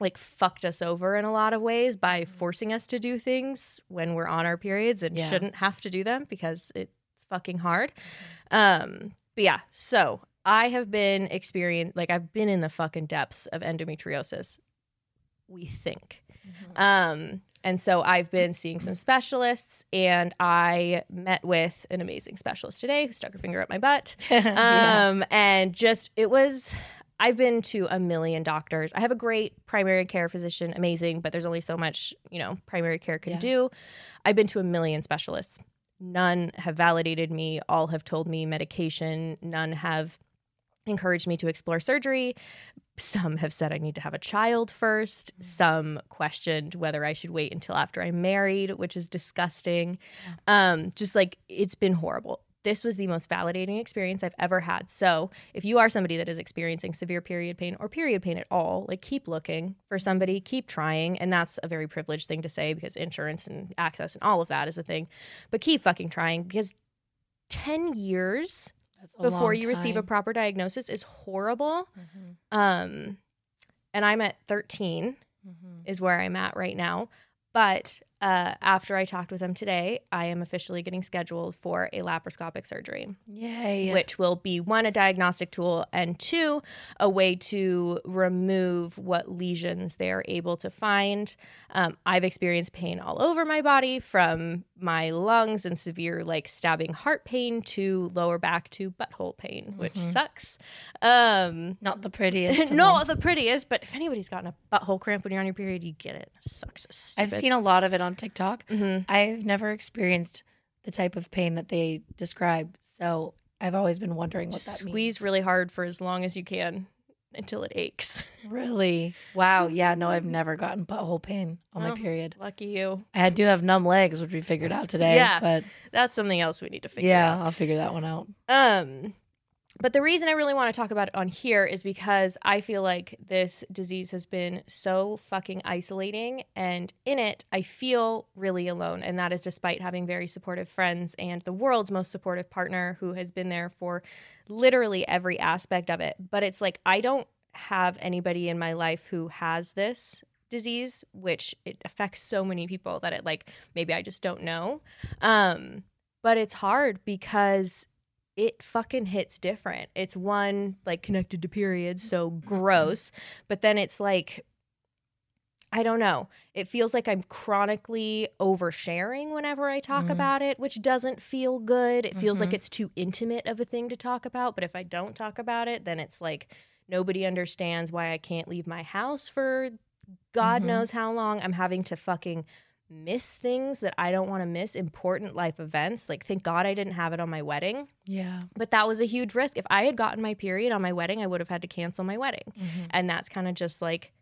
like fucked us over in a lot of ways by forcing us to do things when we're on our periods and Yeah. shouldn't have to do them because it's fucking hard. Um, but yeah, so I have been experienced like I've been in the fucking depths of endometriosis. We think. Um, and so I've been seeing some specialists, and I met with an amazing specialist today who stuck her finger up my butt. Yeah. Um, and just it was. I've been to a million doctors. I have a great primary care physician, amazing, but there's only so much you know primary care can Yeah. do. I've been to a million specialists. None have validated me. All have told me medication. None have encouraged me to explore surgery. Some have said I need to have a child first. Mm. Some questioned whether I should wait until after I'm married, which is disgusting. Um, just like it's been horrible. This was the most validating experience I've ever had. So, if you are somebody that is experiencing severe period pain or period pain at all, like keep looking for somebody, keep trying. And that's a very privileged thing to say because insurance and access and all of that is a thing. But keep fucking trying because 10 years That's a before long you receive a Mm-hmm. time. proper diagnosis is horrible. Mhm. Um, and I'm at 13 Mhm. is where I'm at right now. But uh, after I talked with them today, I am officially getting scheduled for a laparoscopic surgery, Mm-hmm. Yay. which will be one, a diagnostic tool, and two, a way to remove what lesions they're able to find. Um, I've experienced pain all over my body from my lungs and severe, like stabbing heart pain to lower back to butthole pain, which sucks. Um, Not the prettiest. of not the prettiest, but if anybody's gotten a butthole cramp when you're on your period, you get it. It sucks. It's I've mm-hmm, stupid. seen a lot of it on TikTok. Mhm. I've never experienced the type of pain that they describe, so I've always been wondering what Just that squeeze means. really hard for as long as you can until it aches. really, wow, yeah, no, Mm-hmm. I've never gotten butthole pain on No. my period. Lucky you. I do have numb legs, which we figured out today. Yeah. but That's something else we need to figure yeah, out. I'll figure that one out. Um, but the reason I really want to talk about it on here is because I feel like this disease has been so fucking isolating. And in it, I feel really alone. And that is despite having very supportive friends and the world's most supportive partner who has been there for literally every aspect of it. But it's like, I don't have anybody in my life who has this disease, which it affects so many people that it, like, maybe I just don't know. Um, but it's hard because it fucking hits different. It's one like connected to periods, so gross, but then it's like I don't know. It feels like I'm chronically oversharing whenever I talk Mm. about it, which doesn't feel good. It feels Mhm. like it's too intimate of a thing to talk about, but if I don't talk about it, then it's like nobody understands why I can't leave my house for God Mhm. knows how long. I'm having to fucking miss things that I don't want to miss, important life events. Like thank God I didn't have it on my wedding. Yeah, But that was a huge risk. If I had gotten my period on my wedding, I would have had to cancel my wedding. Mm-hmm. And that's kind of just like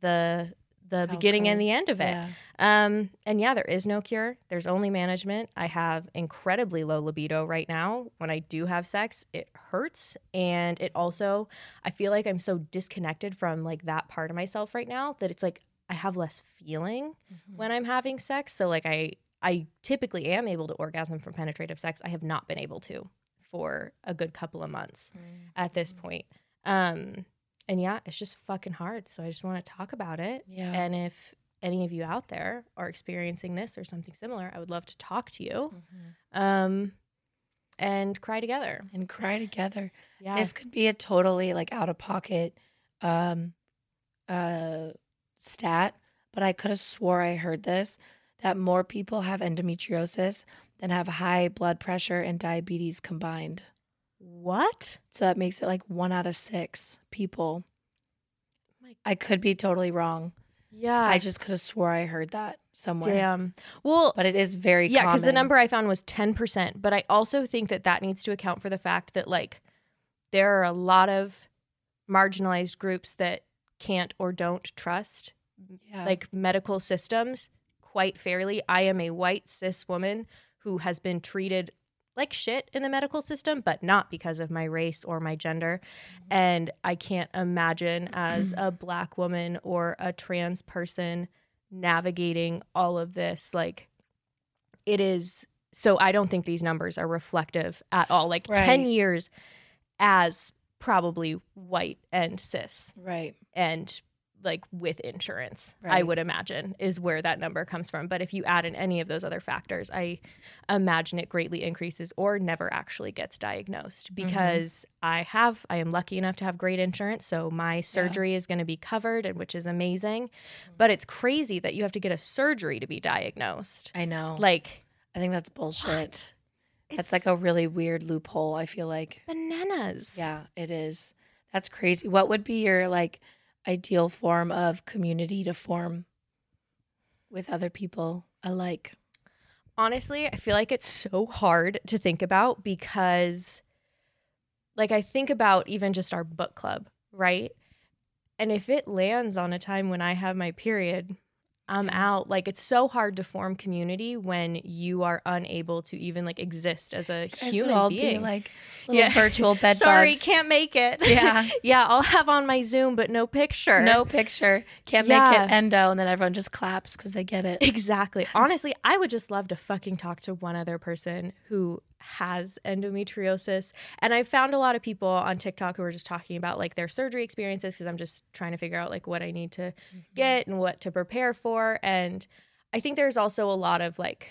the the How beginning and the close. end of it. Yeah. Um, and yeah, there is no cure. There's only management. I have incredibly low libido right now. When I do have sex, it hurts. And it also, I feel like I'm so disconnected from like that part of myself right now that it's like I have less feeling Mm-hmm. when I'm having sex. So like I, I typically am able to orgasm from penetrative sex. I have not been able to for a good couple of months Mm-hmm. at this point. Um, and yeah, it's just fucking hard. So I just want to talk about it. yeah. And if any of you out there are experiencing this or something similar, I would love to talk to you Mhm. um, and cry together. and cry together. Yeah. This could be a totally like out of pocket um uh stat, but I could have swore I heard this that more people have endometriosis than have high blood pressure and diabetes combined. what? So that makes it like one out of six people. My- I could be totally wrong. Yeah. I just could have swore I heard that. somewhere. Damn. Well, But it is very yeah, common. because the number I found was 10%. But I also think that that needs to account for the fact that, like, there are a lot of marginalized groups that can't or don't trust, Yeah. like, medical systems quite fairly. I am a white cis woman who has been treated like shit in the medical system, but not because of my race or my gender. And I can't imagine as a black woman or a trans person navigating all of this. Like, it is so I don't think these numbers are reflective at all. Like, 10 Right. years as probably white and cis right. and like with insurance i Right. would imagine is where that number comes from but if you add in any of those other factors i imagine it greatly increases or never actually gets diagnosed Mm-hmm. because i have i am lucky enough to have great insurance so my surgery is going to be covered and which is amazing but it's crazy that you have to get a surgery to be diagnosed I know. Like like I think that's bullshit. it's That's like a really weird loophole, I feel like. bananas Yeah, it is. That's crazy. What would be your like ideal form of community to form with other people alike? honestly, I feel like it's so hard to think about because, like, I think about even just our book club, right? And if it lands on a time when I have my period, I'm out. Like, it's so hard to form community when you are unable to even like exist as a You guys human would all being. be like little virtual bed Sorry, bugs. can't make it. Yeah. yeah, I'll have on my Zoom, but no picture. No picture. Can't Yeah. make it endo, and then everyone just claps because they get it. Exactly. Honestly, I would just love to fucking talk to one other person who has endometriosis. And I found a lot of people on TikTok who were just talking about like their surgery experiences because I'm just trying to figure out like what I need to get and what to prepare for. And I think there's also a lot of like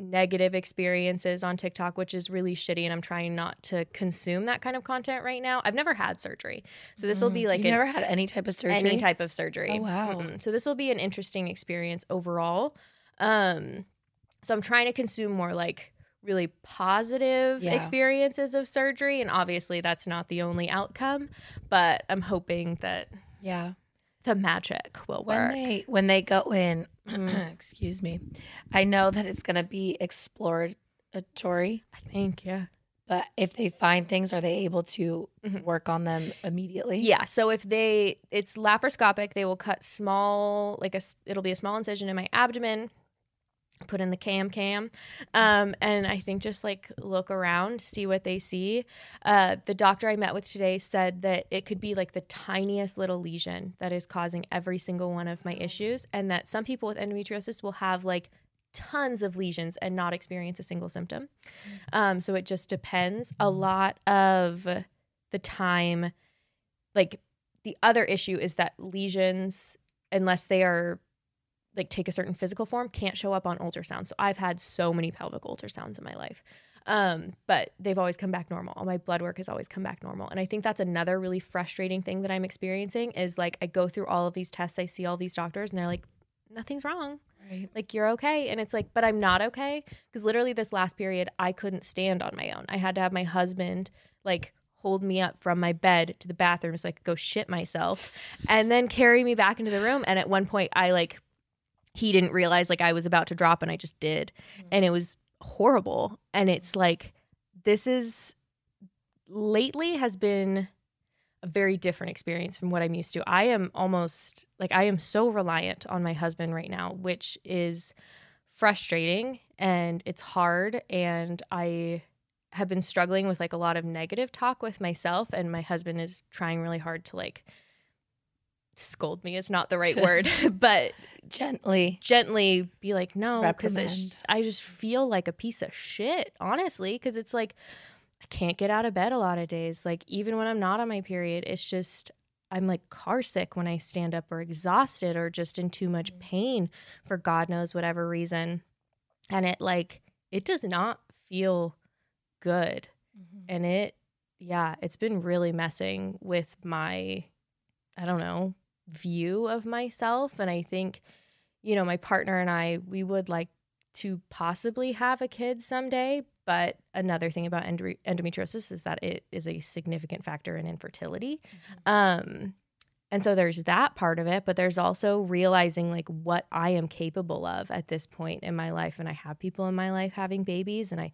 negative experiences on TikTok, which is really shitty. And I'm trying not to consume that kind of content right now. I've never had surgery. So this will be like Mm, You've an Mm-hmm. never had any type of surgery. any type of surgery. Oh, wow. So this will be an interesting experience overall. Um, so I'm trying to consume more like really positive Yeah. experiences of surgery, and obviously that's not the only outcome, but I'm hoping that Yeah. the magic will When work. Mm-hmm. they when they go in, excuse me, I know that it's gonna be exploratory. I think, yeah. But if they find things, are they able to Mhm. work on them immediately? Yeah. So if they, it's laparoscopic. They will cut small, like a, s- it'll be a small incision in my abdomen. Put in the cam cam, um, and I think just like look around, see what they see. Uh, the doctor I met with today said that it could be like the tiniest little lesion that is causing every single one of my issues, and that some people with endometriosis will have like tons of lesions and not experience a single symptom. Um, so it just depends. A lot of the time like the other issue is that lesions unless they are like take a certain physical form can't show up on ultrasound so i've had so many pelvic ultrasounds in my life um, but they've always come back normal all my blood work has always come back normal and i think that's another really frustrating thing that i'm experiencing is like i go through all of these tests i see all these doctors and they're like nothing's wrong Right. like you're okay and it's like but i'm not okay because literally this last period i couldn't stand on my own i had to have my husband like hold me up from my bed to the bathroom so i could go shit myself and then carry me back into the room and at one point i like he didn't realize like i was about to drop and i just did and it was horrible and it's like this is lately has been a very different experience from what I'm used to. I am almost like I am so reliant on my husband right now, which is frustrating and it's hard and I have been struggling with like a lot of negative talk with myself and my husband is trying really hard to like scold me is not the right word, but Gently. gently be like, no, because I, sh- Reprimand. I just feel like a piece of shit, honestly, because it's like I can't get out of bed a lot of days. Like, even when I'm not on my period, it's just I'm like car sick when I stand up or exhausted or just in too much pain for God knows whatever reason. And it like, it does not feel good. And it, yeah, it's been really messing with my, I don't know, view of myself. And I think you know, my partner and I, we would like to possibly have a kid someday. But another thing about endo- endometriosis is that it is a significant factor in infertility. Um, And so there's that part of it, but there's also realizing like what I am capable of at this point in my life. And I have people in my life having babies, and I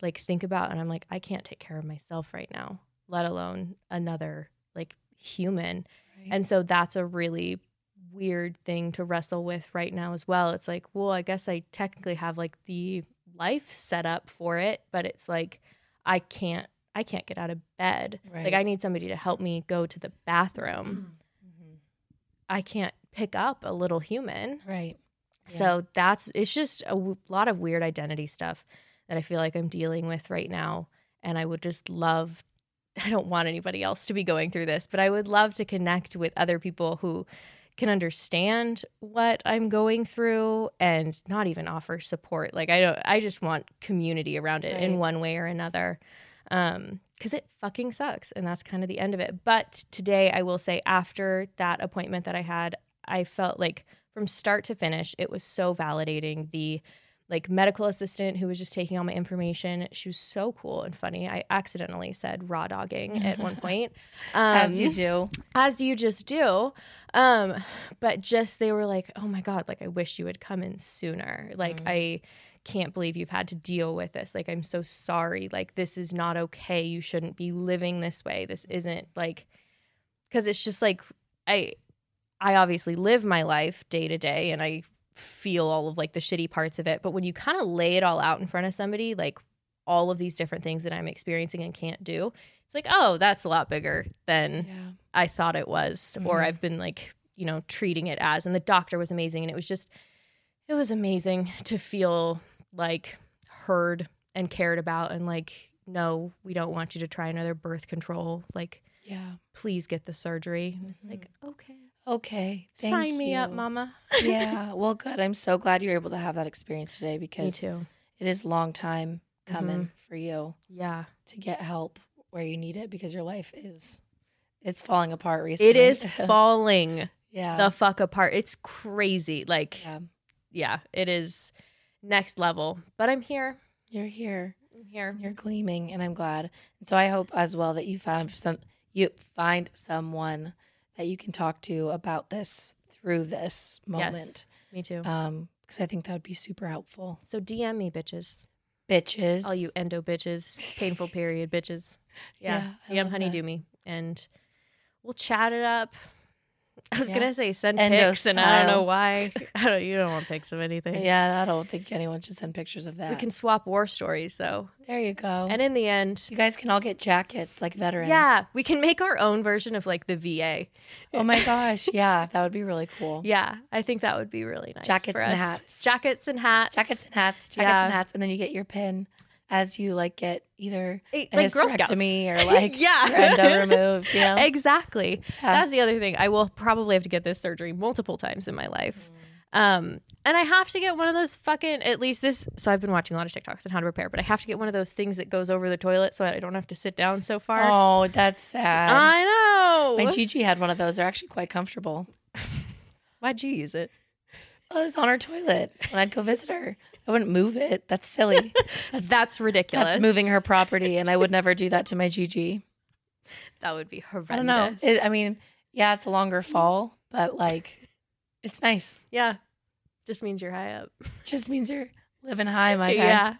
like think about and I'm like, I can't take care of myself right now, let alone another like human. And so that's a really weird thing to wrestle with right now as well. It's like, well, I guess I technically have like the life set up for it, but it's like I can't I can't get out of bed. Like Right. Mm-hmm. I need somebody to help me go to the bathroom. Mm-hmm. I can't pick up a little human. right. So that's it's just a w- lot of weird identity stuff that I feel like I'm dealing with right now and I would just love I don't want anybody else to be going through this, but I would love to connect with other people who can understand what I'm going through and not even offer support. Like I don't I just want community around it in Right. one way or another. Um cuz it fucking sucks and that's kind of the end of it. But today I will say after that appointment that I had, I felt like from start to finish, it was so validating. The like medical assistant who was just taking all my information, she was so cool and funny. I accidentally said raw dogging at one point, um, As you do. as you just do. Um, but just they were like, "Oh my god, like I wish you had come in sooner. Like Mm. I can't believe you've had to deal with this. Like I'm so sorry. Like this is not okay. You shouldn't be living this way. This isn't like cuz it's just like I I obviously live my life day to day and I feel all of like the shitty parts of it, but when you kind of lay it all out in front of somebody like all of these different things that I'm experiencing and can't do, it's like, "Oh, that's a lot bigger than Yeah. I thought it was, or Mhm. I've been like, you know, treating it as. And the doctor was amazing. And it was just, it was amazing to feel like heard and cared about and like, no, we don't want you to try another birth control. Like, Yeah. please get the surgery. And it's like, okay, Okay. Thank sign me up, you. mama. yeah. Well, good. I'm so glad you're able to have that experience today Me because too. Mm-hmm. it is a long time coming for you Yeah. to get help where you need it because your life is it's falling apart recently. It is falling yeah. the fuck apart. It's crazy. Like, yeah. yeah. it is next level. But I'm here. You're here. I'm here. You're gleaming, and I'm glad. And so I hope as well that you found some you find someone that you can talk to about this through this moment. Me too. Um, because I think that would be super helpful. so DM me, bitches. Bitches. all you endo bitches, painful period bitches. Yeah. Yeah, I DM love honey that. do me and we'll chat it up. I was Yeah. gonna say send Endo pics, and I don't know style. why. I don't, you don't want pics of anything. Yeah, I don't think anyone should send pictures of that. We can swap war stories though, there you go. and in the end, you guys can all get jackets like veterans. yeah, we can make our own version of like the VA. Oh my gosh. Yeah, that would be really cool. Yeah, I think that would be really nice. Jackets for and us. hats. Jackets and hats. Jackets and hats. Jackets Yeah. and hats, and then you get your pin as you like get either It- a like Girl Scouts. hysterectomy or like Yeah. your endo removed. You know? Exactly. Yeah. That's the other thing. I will probably have to get this surgery multiple times in my life. Um, and I have to get one of those fucking, at least this. So I've been watching a lot of TikToks on how to repair, but I have to get one of those things that goes over the toilet so I don't have to sit down so far. Oh, that's sad. I know. My Gigi had one of those. They're actually quite comfortable. Why'd you use it? Oh, it was on her toilet when I'd go visit her. I wouldn't move it. That's silly. That's, That's ridiculous. moving her property, and I would never do that to my Gigi. That would be horrendous. I don't know. It, I mean, yeah, it's a longer fall, but like, it's nice. yeah. Just means you're high up. Just means you're living high, my guy. Yeah.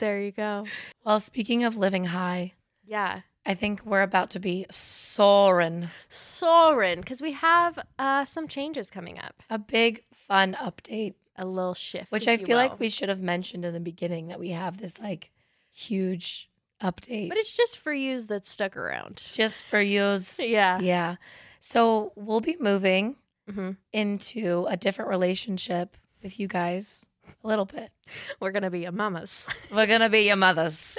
there you go. Well, speaking of living high, Yeah. I think we're about to be soaring. Soren, because we have uh, some changes coming up. A big fun update, A little shift. which if I you feel will. like we should have mentioned in the beginning that we have this like huge update. But it's just for yous that stuck around. just for yous. Yeah. Yeah. So we'll be moving hmm into a different relationship with you guys a little bit. We're going to be a mamas. We're gonna be your mothers,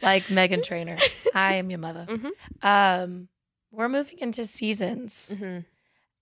like Megan Trainer. I am your mother. Mhm. Um, we're moving into seasons Mm-hmm.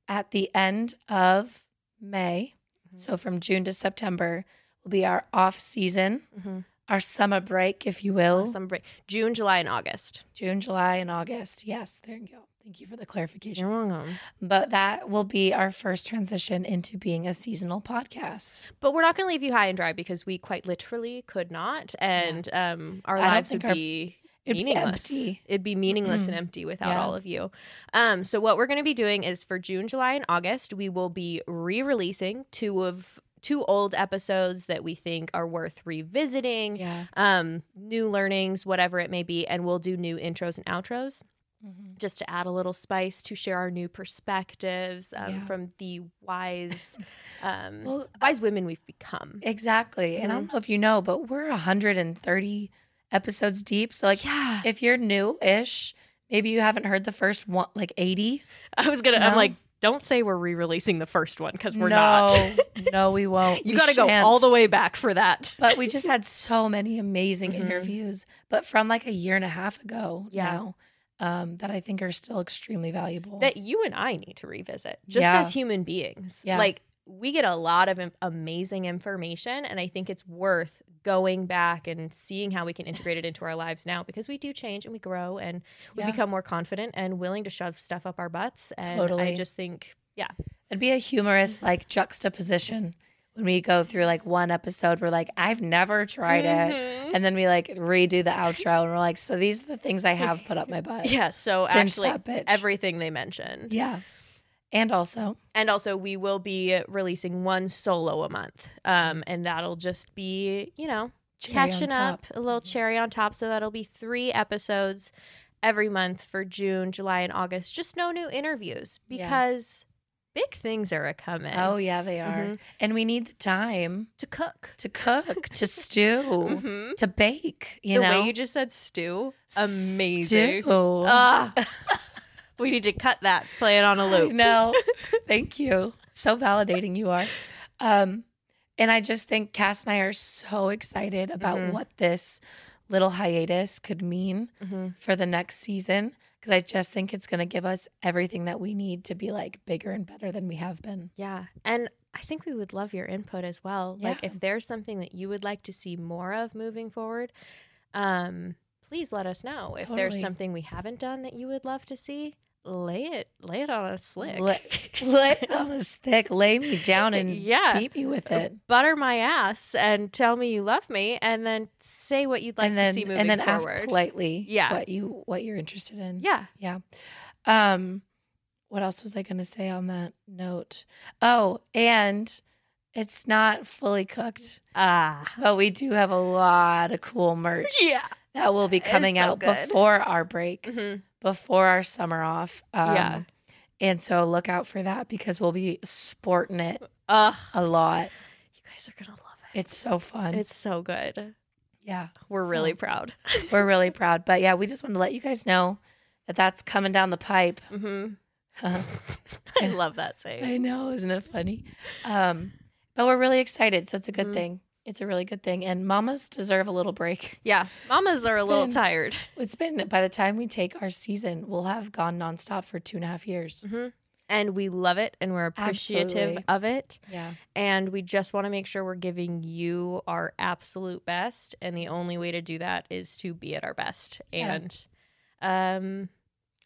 at the end of May. Mhm. So from June to September will be our off season, Mm-hmm. our summer break, if you will. Summer break. June, July, and August. June, July, and August. Yes, there you go. Thank you for the clarification. welcome. But that will be our first transition into being a seasonal podcast. But we're not going to leave you high and dry because we quite literally could not. And um, our I don't lives think would our- be It'd be meaningless. empty. It'd be meaningless and Mm-mm. empty without Yeah. all of you. Um, so what we're going to be doing is for June, July, and August, we will be re-releasing two of two old episodes that we think are worth revisiting. Yeah. Um, new learnings, whatever it may be, and we'll do new intros and outros Mm-hmm. just to add a little spice to share our new perspectives um, Yeah. from the wise, um, Well, wise women we've become. Exactly. And I Mm-hmm. don't know if you know, but we're 130 episodes deep. So, like, yeah, if you're new ish, maybe you haven't heard the first one, like 80. I was gonna. I'm No. like, don't say we're re-releasing the first one because we're no, not. no, we won't. You We got to go shan't. all the way back for that. But we just had so many amazing Mhm. interviews, but from like a year and a half ago Yeah. now, um, that I think are still extremely valuable. that you and I need to revisit just Yeah. as human beings. Yeah. Like we get a lot of im- amazing information and I think it's worth going back and seeing how we can integrate it into our lives now because we do change and we grow and we Yeah. become more confident and willing to shove stuff up our butts and I Totally. just think yeah. It'd be a humorous like juxtaposition when we go through like one episode. We're like, I've never tried it. Mhm. And then we like redo the outro and we're like, so these are the things I have put up my butt. Yeah, so Since actually that bitch. everything they mentioned. Yeah. And also, And also, we will be releasing one solo a month. Um, and that'll just be, you know, Mm. Cherry on catching top. Mm-hmm. up, a little cherry on top. So that'll be three episodes every month for June, July, and August. Just no new interviews Yeah. because big things are a coming. oh, yeah, they are. Mhm. And we need the time to cook. to cook, to stew, Mhm. to bake, you the know? way you just said stew, amazing. Stew. Ah, we need to cut that, play it on a loop. No, thank you. So validating you are. Um, and I just think Cass and I are so excited about Mhm. what this little hiatus could mean Mhm. for the next season because I just think it's going to give us everything that we need to be like bigger and better than we have been. Yeah. And I think we would love your input as well. Like Yeah. if there's something that you would like to see more of moving forward, um, please let us know. If there's Totally. something we haven't done that you would love to see, lay it lay it on a slick. Lick. Lay it on us thick, lay me down and Yeah. beat me with it. Butter my ass and tell me you love me and then say what you'd like and then to see moving and then forward. ask politely Yeah. what you what you're interested in. Yeah. Yeah. Um, what else was I going to say on that note? Oh, and it's not fully cooked, Ah. but we do have a lot of cool merch Yeah. that will be It's coming so out good. before our break, Mhm. before our summer off. Um, Yeah. And so look out for that because we'll be sporting it Ugh. a lot. you guys are gonna love it. It's so fun. It's so good. yeah. We're really So- proud. We're really proud. But yeah, we just want to let you guys know that that's coming down the pipe. hmm I love that saying. I know, isn't it funny? Um, but we're really excited, so it's a good Mhm. thing. It's a really good thing, and mamas deserve a little break. Yeah, mamas are It's a little been- tired. It's been by the time we take our season, we'll have gone nonstop for two and a half years. Mm-hmm. And we love it and we're appreciative Absolutely. of it. Yeah, And we just want to make sure we're giving you our absolute best. And the only way to do that is to be at our best. Yeah. And um,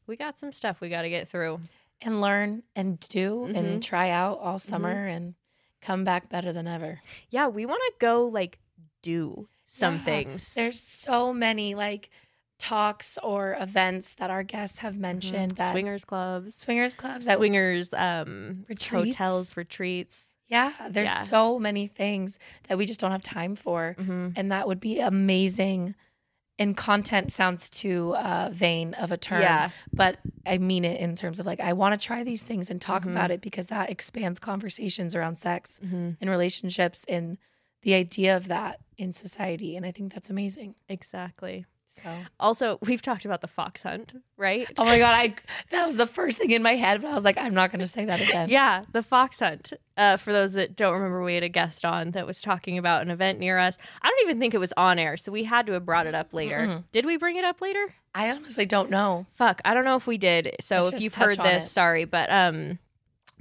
we got some stuff we got to get through. and learn and do and try out all summer and come back better than ever. Yeah, we want to go like do some Yeah. things. There's so many like talks or events that our guests have Mhm. mentioned that swingers clubs, swingers clubs that swingers um, Retreats. hotels, retreats. yeah, there's Yeah. so many things that we just don't have time for. Mm-hmm. and that would be amazing. And content sounds too uh, vain of a term, Yeah. but I mean it in terms of like I want to try these things and talk Mhm. about it because that expands conversations around sex Mm-hmm. and relationships and the idea of that in society, and I think that's amazing. Exactly. So, Also, we've talked about the fox hunt, right? oh my god, I that was the first thing in my head, but I was like, I'm not going to say that again. Yeah, the fox hunt. Uh, for those that don't remember, we had a guest on that was talking about an event near us. I don't even think it was on air, so we had to have brought it up later. Mm-mm. Did we bring it up later? I honestly don't know. Fuck, I don't know if we did. So Let's if just you've touch heard on this, it. sorry, but um,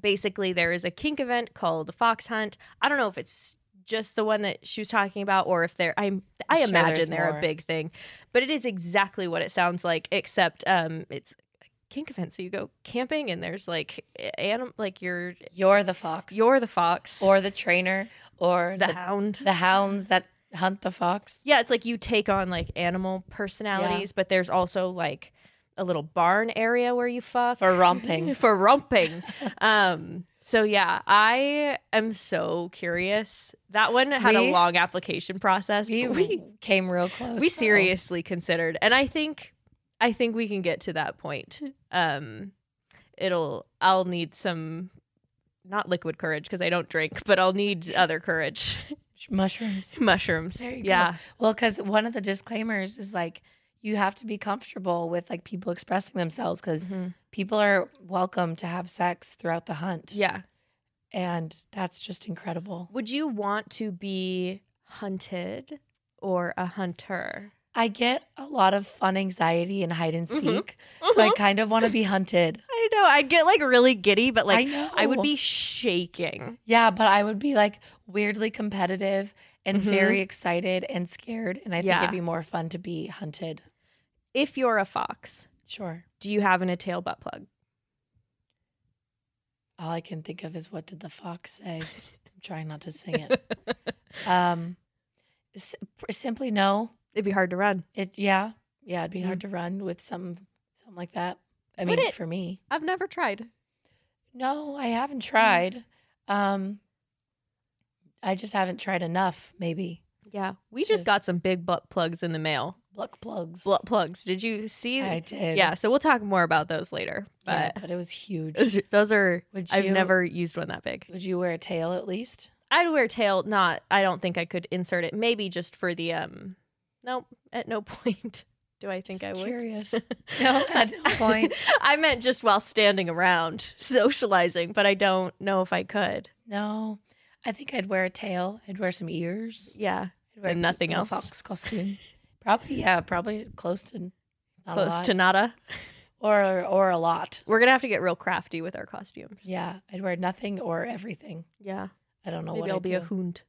basically there is a kink event called the fox hunt. I don't know if it's just the one that she was talking about, or if they're I'm I I'm sure there's imagine they're a more. big thing, but it is exactly what it sounds like, except um, it's a kink event. So you go camping and there's like eh, anim- like you're You're the fox, you're the fox or the trainer, or the the hound. the hounds that Hunt the fox. Yeah, it's like you take on like animal personalities, but there's also like a little barn area where you fuck For romping. for romping. um, so yeah, I am so curious. That one had We- a long application process. We, but we came real close. we though. seriously considered, and I think I think we can get to that point. Um, it'll I'll need some not liquid courage because I don't drink, but I'll need other courage. mushrooms. Mushrooms. There you go. yeah. Well, because one of the disclaimers is like you have to be comfortable with like people expressing themselves because Mhm. people are welcome to have sex throughout the hunt. Yeah. And that's just incredible. Would you want to be hunted or a hunter? I get a lot of fun anxiety and hide and Mhm. seek. So I Mhm. kind of want to be hunted. I know. I get like really giddy, but like I know. I, would be shaking. Yeah, but I would be like weirdly competitive and Mhm. very excited and scared. And I think Yeah. it'd be more fun to be hunted. If you're a fox, Sure. do you have an a tail butt plug? All I can think of is what did the fox say? I'm trying not to sing it. Um, s- simply no. It'd be hard to run. It yeah yeah it'd be hard to run with some something like that. I Mm. Would mean it? for me I've never tried. no I Mm. haven't tried. Um, I just haven't tried enough. Maybe Yeah, we To- just got some big butt plugs in the mail. luck plugs. Butt plugs. Did you see? I did. yeah, so we'll talk more about those later. Yeah, But but it was huge. those are Would I've you- never used one that big. Would you wear a tail at least? I'd wear tail. Not. I don't think I could insert it. Maybe just for the um. Nope. At no point do I think Just I would. curious. no, at no point. I meant just while standing around socializing, but I don't know if I could. No, I think I'd wear a tail. I'd wear some ears. Yeah, I'd wear a And cute nothing little else. Fox costume. Probably yeah. Probably close to. Not a close lot. to nada. or or a lot. We're gonna have to get real crafty with our costumes. Yeah, I'd wear nothing or everything. Yeah, I don't know maybe what I'll I'd be do. a hound.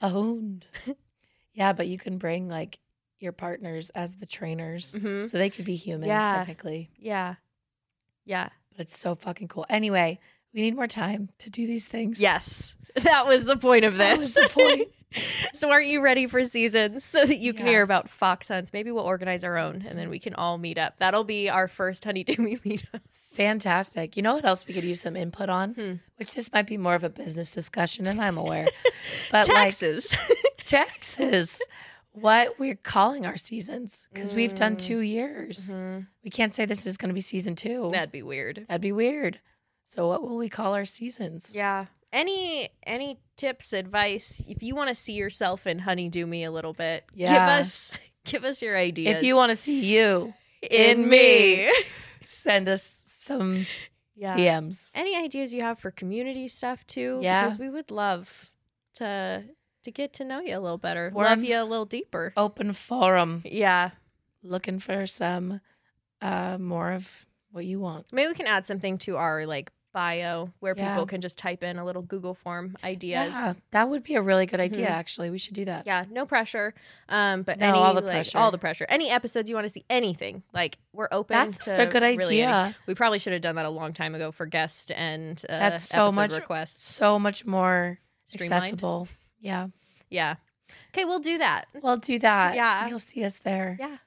a hound. yeah, but you can bring like your partners as the trainers, Mhm. so they could be humans Yeah. technically. Yeah, yeah. But it's so fucking cool. Anyway, we need more time to do these things. Yes, that was the point of That this. was the point. so, aren't you ready for seasons so that you can Yeah. hear about fox hunts? Maybe we'll organize our own, and then we can all meet up. That'll be our first honeydew me meetup. Fantastic. You know what else we could use some input on? Hmm. Which this might be more of a business discussion, and I'm aware. But Taxes. like taxes, what we're calling our seasons because we've Mm. done two years. Mm-hmm. We can't say this is going to be season two. That'd be weird. That'd be weird. So what will we call our seasons? Yeah. Any any tips, advice? If you want to see yourself in honeydew me a little bit, Yeah. give us give us your ideas. If you want to see you, to in me. send us some yeah. DMs. Any ideas you have for community stuff too? Yeah. Because we would love to to get to know you a little better, We're love on- you a little deeper. Open forum. Yeah. Looking for some uh more of what you want. Maybe we can add something to our like bio where Yeah. people can just type in a little Google form ideas. Yeah, that would be a really good idea. Mhm. Actually, we should do that. Yeah, no pressure. Um, but No, any all the like, pressure. all the pressure. Any episodes you want to see, anything like we're open. that's to a good idea. really any- we probably should have done that a long time ago for guest and uh, That's so episode much requests. So much more Streamlined. accessible. Yeah, Yeah. Okay, we'll do that. we'll do that. Yeah. you'll see us there. Yeah.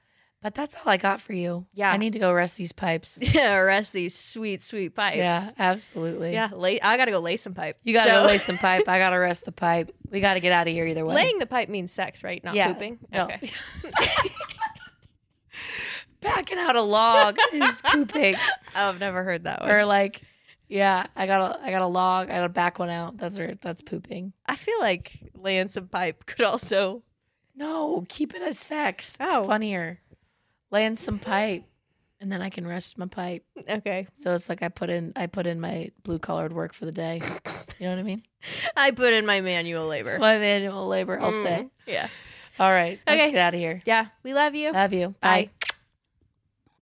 but that's all I got for you. Yeah. I need to go rest these pipes. Yeah, arrest these sweet, sweet pipes. Yeah, absolutely. Yeah, lay, I gotta go lay some pipe. You gotta So- go lay some pipe. I gotta rest the pipe. We gotta get out of here either way. Laying the pipe means sex, right? Not Yeah. pooping. No. Okay. Backing out a log is pooping. Oh, I've never heard that one. Or like, yeah, I got a I got a log. I gotta back one out. That's where that's pooping. I feel like laying some pipe could also. No, keep it as sex. It's Oh. funnier. Laying some pipe, and then I can rest my pipe. Okay. So it's like I put in I put in my blue collared work for the day. You know what I mean? I put in my manual labor. My manual labor. I'll say. Mm. Yeah. All right, let's Okay. get out of here. Yeah. We love you. Love you. Bye. Bye.